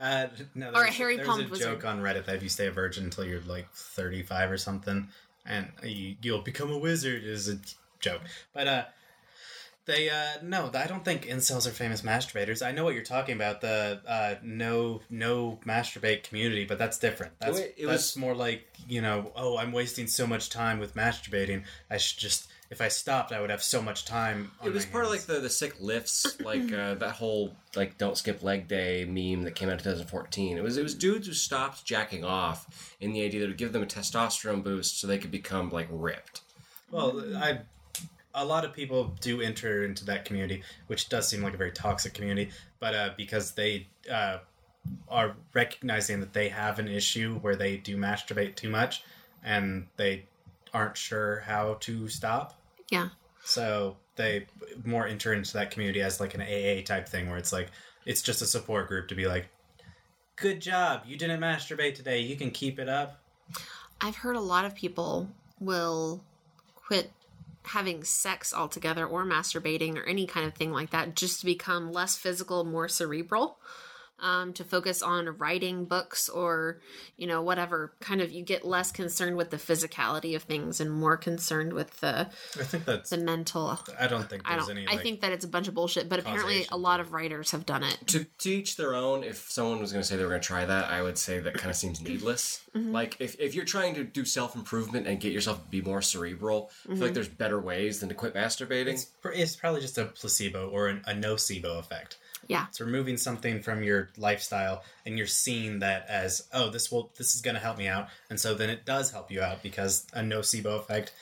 S2: Uh, no,
S4: Or a
S2: there's-
S4: hairy
S2: there's
S4: palmed
S2: a
S4: wizard.
S2: joke on Reddit that if you stay a virgin until you're like 35 or something, and you, you'll become a wizard is a joke. But uh, they uh, no, I don't think incels are famous masturbators. I know what you're talking about the uh, no no masturbate community, but that's different. That's
S1: It was-
S2: that's more like you know, oh, I'm wasting so much time with masturbating. I should just if I stopped, I would have so much time. On
S1: It was
S2: my
S1: part of like
S2: hands.
S1: the the sick
S2: [CLEARS THROAT]
S1: lifts, like uh, that whole like don't skip leg day meme that came out in 2014. It was it was dudes who stopped jacking off in the idea that it would give them a testosterone boost so they could become like ripped.
S2: Well, I a lot of people do enter into that community, which does seem like a very toxic community, but uh, because they uh, are recognizing that they have an issue where they do masturbate too much, and they aren't sure how to stop.
S4: Yeah.
S2: So they more enter into that community as like an AA type thing, where it's like it's just a support group to be like, "Good job, you didn't masturbate today. You can keep it up."
S4: I've heard a lot of people will quit having sex altogether or masturbating or any kind of thing like that just to become less physical, more cerebral. Um, to focus on writing books or you know whatever kind of you get less concerned with the physicality of things and more concerned with the
S2: I think that's.
S4: the mental
S2: I don't think
S4: i
S2: there's
S4: don't
S2: any.
S4: i
S2: like-
S4: think that it's a bunch of bullshit but apparently
S2: causation
S4: a
S2: to
S4: lot
S2: it.
S4: of writers have done it
S1: To, to each their own. If someone was going to say they were going to try that, I would say that kind of seems needless. Like if, if you're trying to do self improvement and get yourself to be more cerebral, I feel like there's better ways than to quit masturbating.
S2: It's, pr- it's probably just a placebo or an, a nocebo effect.
S4: Yeah.
S2: It's removing something from your lifestyle and you're seeing that as, oh, this will this is going to help me out. And so then it does help you out because a nocebo effect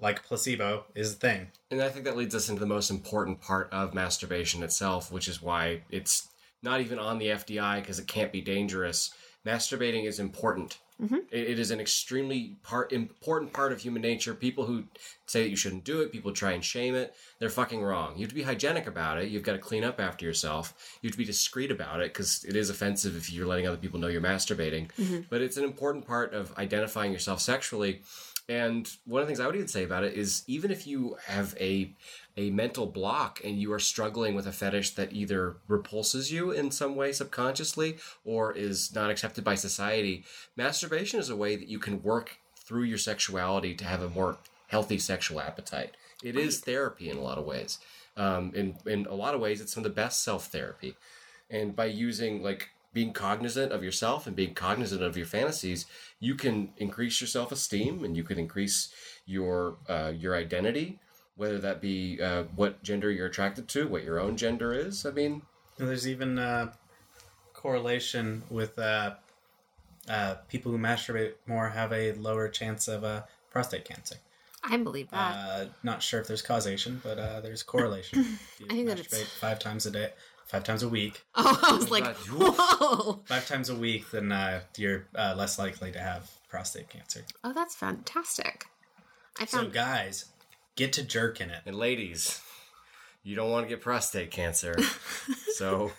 S2: like placebo is a thing.
S1: And I think that leads us into the most important part of masturbation itself, which is why it's not even on the FDI because it can't be dangerous. Masturbating is important. It- it is an extremely part important part of human nature. People who say that you shouldn't do it, people try and shame it. They're fucking wrong. You have to be hygienic about it. You've got to clean up after yourself. You have to be discreet about it because it is offensive if you're letting other people know you're masturbating. But it's an important part of identifying yourself sexually And one of the things I would even say about it is even if you have a a mental block and you are struggling with a fetish that either repulses you in some way subconsciously or is not accepted by society, masturbation is a way that you can work through your sexuality to have a more healthy sexual appetite. It is therapy in a lot of ways. Um, in in a lot of ways, it's some of the best self therapy. And by using like being cognizant of yourself and being cognizant of your fantasies, you can increase your self esteem and you can increase your uh, your identity, whether that be uh, what gender you're attracted to, what your own gender is. I mean,
S2: And there's even uh, correlation with uh, uh, people who masturbate more have a lower chance of uh, prostate cancer.
S4: I believe that.
S2: Uh, not sure if there's causation, but uh, there's correlation. If you
S4: Ah. [LAUGHS] I think that it's-
S2: masturbate five times a day, five times a week,
S4: oh, [LAUGHS] I was like,
S1: God, you-
S4: whoa.
S2: five times a week, then uh, you're uh, less likely to have prostate cancer.
S4: Oh, that's fantastic. I
S2: So
S4: found
S2: guys, get to jerking it.
S1: and ladies, you don't want to get prostate cancer, so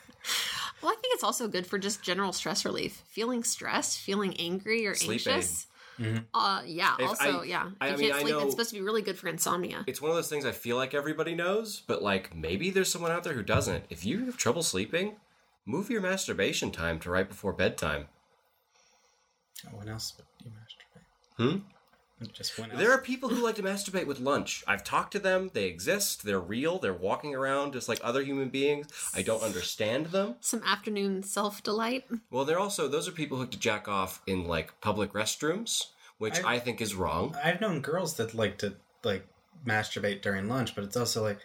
S4: Well, I think it's also good for just general stress relief. Feeling stressed, feeling angry or
S1: Sleep
S4: anxious. Uh, yeah.
S1: Mm-hmm. If
S4: also,
S1: I-
S4: yeah.
S1: I-
S4: if
S1: I
S4: you
S1: mean,
S4: can't
S1: I
S4: sleep,
S1: know-
S4: it's supposed to be really good for insomnia.
S1: it's one of those things I feel like everybody knows, but like maybe there's someone out there who doesn't. If you have trouble sleeping, move your masturbation time to right before bedtime.
S2: Oh, When else would you masturbate?
S1: Hmm?
S2: Just when else?
S1: There are people who like to masturbate with lunch. I've talked to them. They exist. They're real. They're walking around just like other human beings. I don't understand them.
S4: Some afternoon self delight.
S1: Well, they're also those are people who like to jack off in like public restrooms, which
S2: I-
S1: I, think is wrong.
S2: I've known girls that like to like masturbate during lunch, but it's also like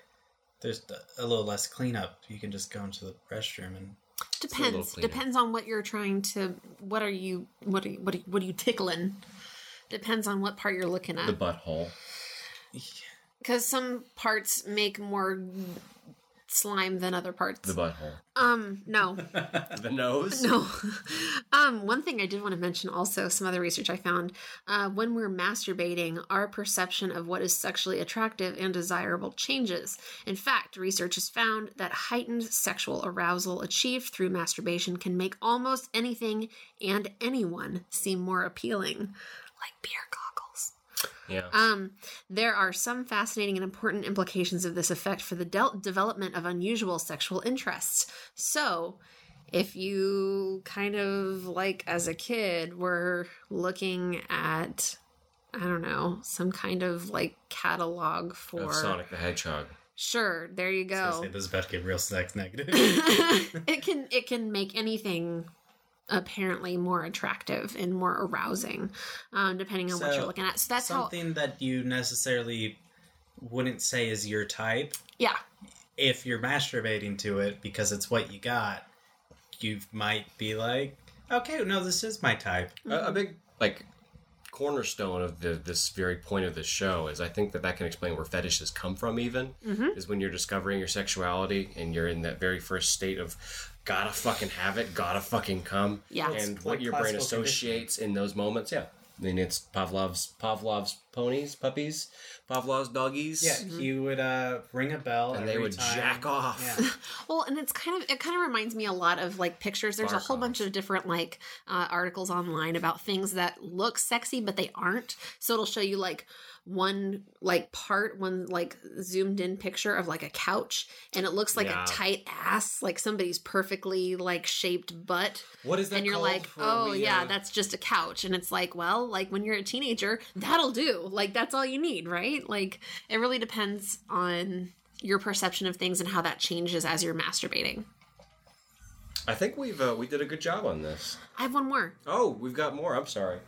S2: there's a little less cleanup. You can just go into the restroom and
S1: a little
S4: Depends.
S1: cleaner.
S4: Depends on what you're trying to. What are you? What are you? What are you, what are you tickling? Depends on what part you're looking
S1: The
S4: at.
S1: butthole.
S4: Because some parts make more slime than other parts.
S1: The butthole.
S4: um, no.
S1: The nose.
S4: No. Um, one thing I did want to mention also, some other research I found uh, when we're masturbating, our perception of what is sexually attractive and desirable changes. In fact, research has found that heightened sexual arousal achieved through masturbation can make almost anything and anyone seem more appealing, like beer goggles.
S1: Yeah.
S4: Um, there are some fascinating and important implications of this effect for the del- development of unusual sexual interests. So, if you kind of like as a kid were looking at, I don't know, some kind of like catalog for
S1: Of Sonic the Hedgehog.
S4: sure, there you
S2: I was
S4: go.
S2: gonna say, this is about to get real sex negative. [LAUGHS]
S4: [LAUGHS] it can it can make anything apparently more attractive and more arousing, um, depending on what
S2: So,
S4: you're looking at. So that's how,
S2: Something that you necessarily wouldn't say is your type
S4: yeah.
S2: if you're masturbating to it because it's what you got. You might be like, okay, no, this is my type.
S1: a,
S4: Mm-hmm.
S1: a big like cornerstone of the, this very point of this show is i think that that can explain where fetishes come from even
S4: Mm-hmm.
S1: is when you're discovering your sexuality and you're in that very first state of gotta fucking have it gotta fucking come
S4: Yeah. Well, it's
S1: and
S2: like
S1: what your brain
S2: classical
S1: associates in those moments yeah I mean, it's Pavlov's Pavlov's ponies, puppies, Pavlov's doggies,
S2: Yeah, you would uh, ring a bell,
S1: Mm-hmm. and they
S2: every
S1: would
S2: time.
S1: jack off. [LAUGHS]
S2: Yeah.
S4: Well, and it's kind of it kind of reminds me a lot of like pictures. There's a whole
S1: Barcodes.
S4: bunch of different like uh, articles online about things that look sexy but they aren't. So it'll show you like one like part, one like zoomed in picture of like a couch, and it looks like
S1: Yeah.
S4: a tight ass, like somebody's perfectly like shaped butt,
S1: What is that?
S4: and you're
S1: called
S4: like,
S1: for
S4: oh
S1: we,
S4: yeah,
S1: uh,
S4: that's just a couch. And it's like, well, like when you're a teenager, that'll do. Like that's all you need, right? Like it really depends on your perception of things and how that changes as you're masturbating.
S1: I think we've uh, we did a good job on this.
S4: I have one more.
S1: Oh, we've got more. I'm sorry.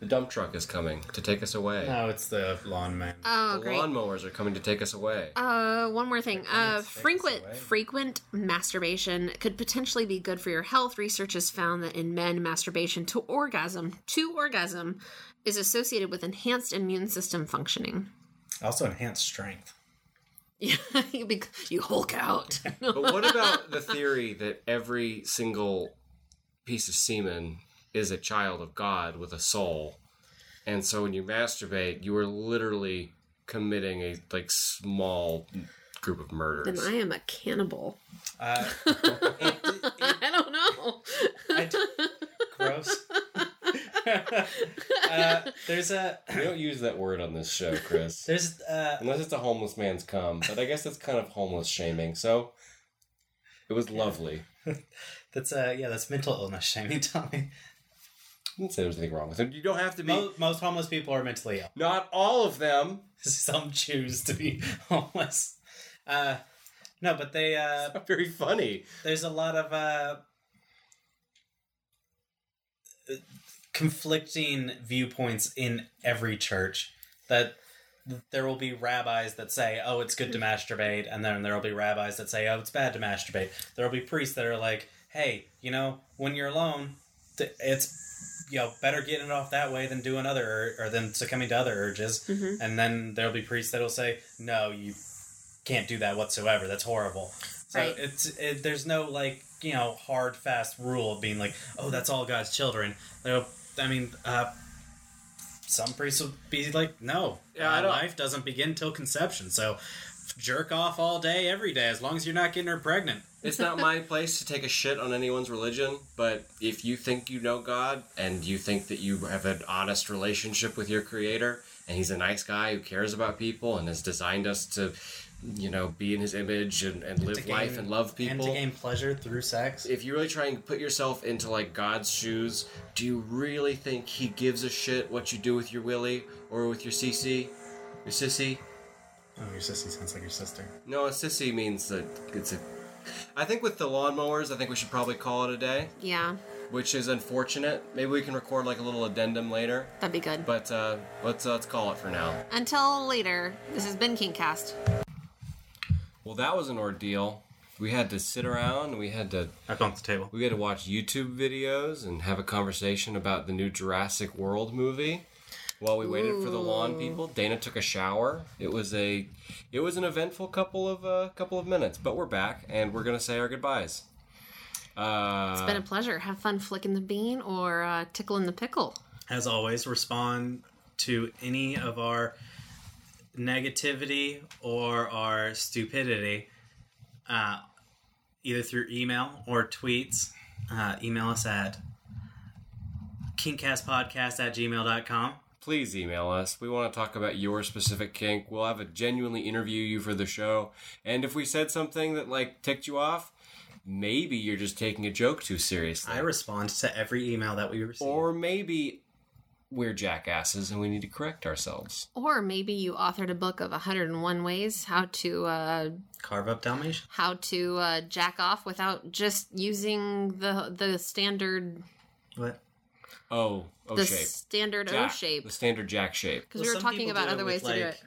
S1: The dump truck is coming to take us away.
S2: No, it's the lawn man.
S4: Oh,
S1: the
S4: great.
S1: lawnmowers are coming to take us away.
S4: Uh, one more thing. Uh,
S2: take us
S4: frequent
S2: away.
S4: frequent masturbation could potentially be good for your health. Research has found that in men, masturbation to orgasm to orgasm is associated with enhanced immune system functioning. [LAUGHS]
S2: also, enhanced strength.
S4: Yeah, you, be, you Hulk out.
S1: but what about the theory that every single piece of semen is a child of God with a soul? And so when you masturbate, you are literally committing a like small group of
S4: then
S1: murders.
S4: I am a cannibal.
S2: Uh,
S4: I don't know. [LAUGHS]
S2: I d- gross. uh, there's a
S1: We don't use that word on this show,
S4: [LAUGHS]
S1: Chris.
S2: there's uh
S1: Unless it's a homeless man's cum, but I guess that's kind of homeless shaming. So it was lovely.
S2: that's uh yeah that's mental illness [LAUGHS] shaming Tommy.
S1: I didn't say there was anything wrong with it. You don't have to be.
S2: Most, most homeless people are mentally ill.
S1: Not all of them. [LAUGHS]
S2: [LAUGHS] Some choose to be [LAUGHS] homeless. Uh, no, but they uh,
S1: Not very funny.
S2: there's a lot of uh, conflicting viewpoints in every church that there will be rabbis that say oh it's good to masturbate and then there will be rabbis that say oh it's bad to masturbate there will be priests that are like hey you know when you're alone th- it's you know better getting it off that way than doing other or, or than succumbing to other urges
S4: Mhm.
S2: and then there'll be priests that'll say no you can't do that whatsoever that's horrible so
S4: Right.
S2: it's it, there's no like you know hard fast rule of being like oh that's all god's children you know, i mean uh some priests will be like no
S1: Yeah, I
S2: uh,
S1: don't-
S2: life doesn't begin till conception so jerk off all day every day as long as you're not getting her pregnant
S1: It's not my place to take a shit on anyone's religion, but if you think you know God and you think that you have an honest relationship with your creator and he's a nice guy who cares about people and has designed us to, you know, be in his image and, and live
S2: To gain-
S1: life and love
S2: and to
S1: people.
S2: gain pleasure through sex
S1: if you really try and put yourself into like God's shoes, do you really think he gives a shit what you do with your willy or with your CC? Your sissy?
S2: oh your sissy sounds like your sister
S1: No, a sissy means that it's a. I think with the lawnmowers, I think we should probably call it a day,
S4: Yeah,
S1: which is unfortunate. Maybe we can record like a little addendum later,
S4: that'd be good.
S1: but uh, let's uh, let's call it for now.
S4: Until later, this has been Kingcast.
S1: Well, that was an ordeal. We had to sit around. We had to
S2: i bumped the table
S1: we had to watch YouTube videos and have a conversation about the new Jurassic World movie. While we waited for the lawn people, Dana took a shower. It was a it was an eventful couple of uh, couple of minutes, but we're back and we're gonna say our goodbyes. Uh,
S4: It's been a pleasure. Have fun flicking the bean or uh, tickling the pickle.
S2: as always, respond to any of our negativity or our stupidity, uh, either through email or tweets. Uh, email us at kinkcastpodcast at gmail.com.
S1: please email us. We want to talk about your specific kink. We'll have a genuinely interview you for the show. And if we said something that like ticked you off, maybe you're just taking a joke too seriously.
S2: I respond to every email that we receive.
S1: or maybe we're jackasses and we need to correct ourselves.
S4: Or maybe you authored a book of 101 ways how to uh,
S2: Carve up Dalmatian.
S4: how to uh, jack off without just using the the standard
S2: What?
S1: Oh, O
S4: the
S1: shape.
S4: standard O
S1: Jack.
S4: shape
S1: The standard jack shape.
S4: because we were talking about other ways to do it.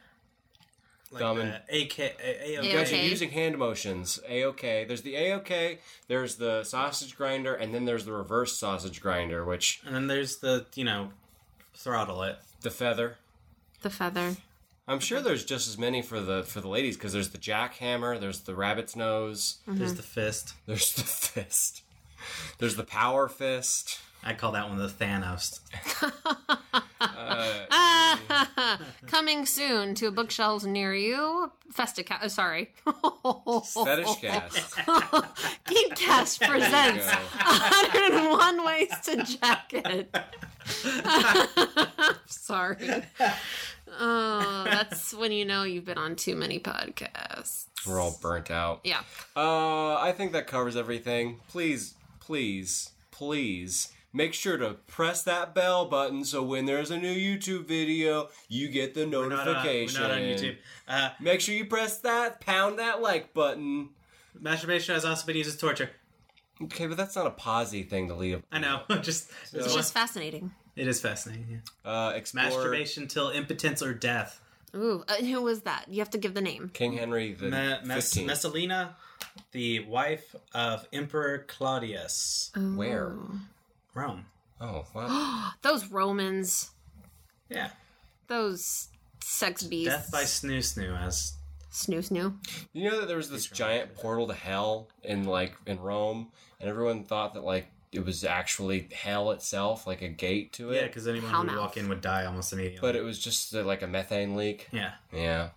S2: Like
S1: Thumb
S2: the
S1: and-
S2: AK, A-
S1: You guys
S4: AOK.
S1: are using hand motions. AOK. There's the AOK, there's the sausage grinder, and then there's the reverse sausage grinder, which
S2: And then there's the, you know, throttle it.
S1: the feather.
S4: The feather.
S1: I'm sure there's just as many for the for the ladies because there's the jackhammer, there's the rabbit's nose,
S4: Mm-hmm.
S2: There's the fist.
S1: there's the [LAUGHS] fist, there's the power fist.
S2: I call that one the Thanos.
S1: Uh,
S4: Coming soon to bookshelves near you. Festicat. Oh, sorry. [LAUGHS] Oh,
S1: fetish cast. [LAUGHS]
S4: Geekcast
S1: There you
S4: presents
S1: go.
S4: 101 Ways to Jack It. [LAUGHS] Sorry. Oh, that's when you know you've been on too many podcasts.
S1: We're all burnt out.
S4: Yeah.
S1: Uh, I think that covers everything. Please, please, please make sure to press that bell button so when there's a new YouTube video, you get the
S2: Not on-
S1: notification.
S2: We're not on YouTube. Uh,
S1: Make sure you press that, pound that like button.
S2: masturbation has also been used as torture.
S1: Okay, but that's not a posy thing to leave.
S2: I know. [LAUGHS] just it's
S4: It's
S2: one-
S4: just fascinating.
S2: it is fascinating. yeah.
S1: Uh, explore
S2: Masturbation till impotence or death.
S4: Ooh, uh, who was that? You have to give the name.
S1: King Henry the
S2: Ma- Mes-
S1: 15th.
S2: Messalina, the wife of Emperor Claudius,
S1: Where?
S2: Rome.
S1: Oh, wow.
S4: Those Romans.
S2: Yeah,
S4: Those sex beasts.
S2: death by snoo snoo as
S4: Snoo snoo.
S1: you know that there was this giant portal to hell in like in Rome, and everyone thought that like it was actually hell itself, like a gate to
S2: yeah,
S1: it.
S2: because anyone
S4: Hell
S2: who would
S4: mouth.
S2: walk in would die almost immediately.
S1: but it was just uh, like a methane leak.
S2: yeah,
S1: Yeah.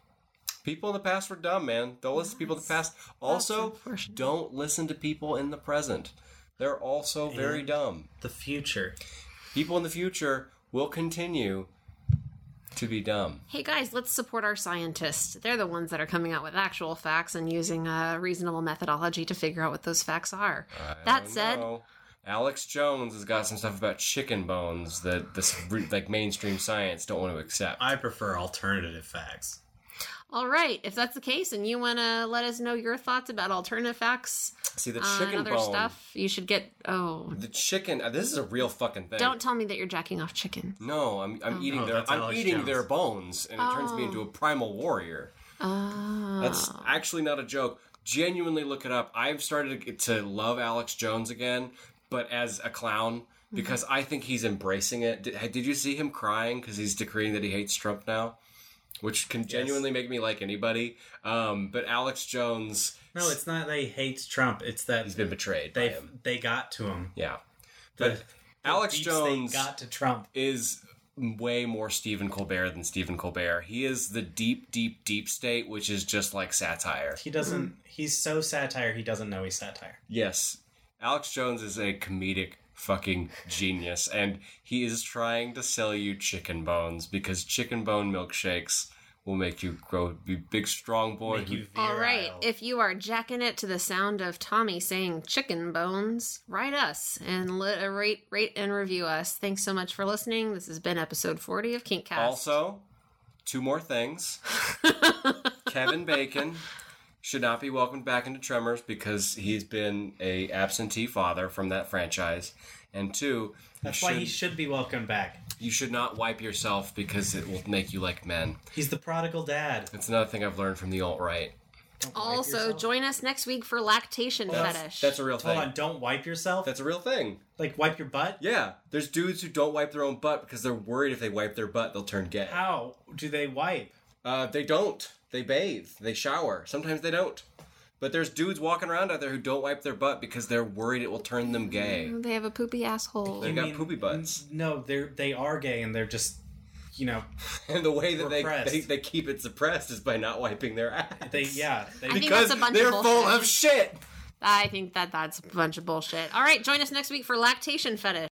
S1: People in the past were dumb, man. Don't listen to people in the past. Also,
S4: unfortunate.
S1: don't listen to people in the present. They're also very dumb.
S2: the future.
S1: people in the future will continue to be dumb.
S4: Hey guys, let's support our scientists. They're the ones that are coming out with actual facts and using a reasonable methodology to figure out what those facts are.
S1: I
S4: that
S1: don't
S4: said,
S1: know. Alex Jones has got some stuff about chicken bones that this re- like mainstream science don't want to accept.
S2: I prefer alternative facts.
S4: all right, if that's the case and you want to let us know your thoughts about alternative facts
S1: See the
S4: uh, and
S1: chicken
S4: other
S1: bone.
S4: stuff, you should get. Oh,
S1: The chicken. uh, This is a real fucking thing.
S4: don't tell me that you're jacking off chicken.
S1: No, I'm I'm eating
S2: Oh,
S1: their
S2: that's
S1: I'm
S2: Alex
S1: eating
S2: Jones.
S1: their bones, and it turns me into a primal warrior.
S4: Oh.
S1: That's actually not a joke. Genuinely look it up. I've started to to love Alex Jones again, but as a clown because I think he's embracing it. Did, did you see him crying because he's decreeing that he hates Trump now? Which can genuinely make me like anybody. Um, but Alex Jones,
S2: No, it's not that he hates Trump. It's that
S1: he's been betrayed by
S2: they
S1: him.
S2: they got to him.
S1: Yeah.
S2: The-
S1: But
S2: the
S1: Alex
S2: beefs
S1: Jones
S2: they got to Trump.
S1: is way more Stephen Colbert than Stephen Colbert. He is the deep, deep, deep state, which is just like satire.
S2: He doesn't.
S1: Mm.
S2: He's so satire. He doesn't know he's satire.
S1: Yes, Alex Jones is a comedic fucking genius, and he is trying to sell you chicken bones because chicken bone milkshakes will make you grow be big, strong boy.
S2: Make
S1: who-
S2: you
S4: All right,
S2: virile.
S4: if you are jacking it to the sound of Tommy saying chicken bones, write us and let, uh, rate, rate, and review us. Thanks so much for listening. This has been episode 40 of Kinkcast.
S1: Also, two more
S2: [LAUGHS]
S1: things. Kevin Bacon should not be welcomed back into Tremors because he's been a absentee father from that franchise. And two, you
S2: That's why he
S1: should,
S2: should be welcomed back.
S1: you should not wipe yourself because it will make you like men.
S2: He's the prodigal dad.
S1: That's another thing I've learned from the alt right.
S2: Don't wipe
S4: Also,
S2: yourself.
S4: join us next week for lactation fetish.
S1: That's a real
S2: Hold
S1: thing.
S2: on, don't wipe yourself.
S1: That's a real thing.
S2: Like wipe your butt.
S1: Yeah, there's dudes who don't wipe their own butt because they're worried if they wipe their butt they'll turn gay.
S2: How do they wipe?
S1: Uh, they don't. They bathe. They shower. Sometimes they don't. But there's dudes walking around out there who don't wipe their butt because they're worried it will turn them gay.
S4: they have a poopy asshole.
S1: They got poopy butts,
S2: No, they're they are gay and they're just, you know,
S1: [LAUGHS] and the way that they,
S2: Repressed.
S1: they they keep it suppressed is by not wiping their ass. [LAUGHS]
S2: they yeah they
S4: I think
S1: because
S4: that's a bunch of
S1: they're full
S4: bullshit.
S1: of shit.
S4: I think that that's a bunch of bullshit. All right, join us next week for lactation fetish.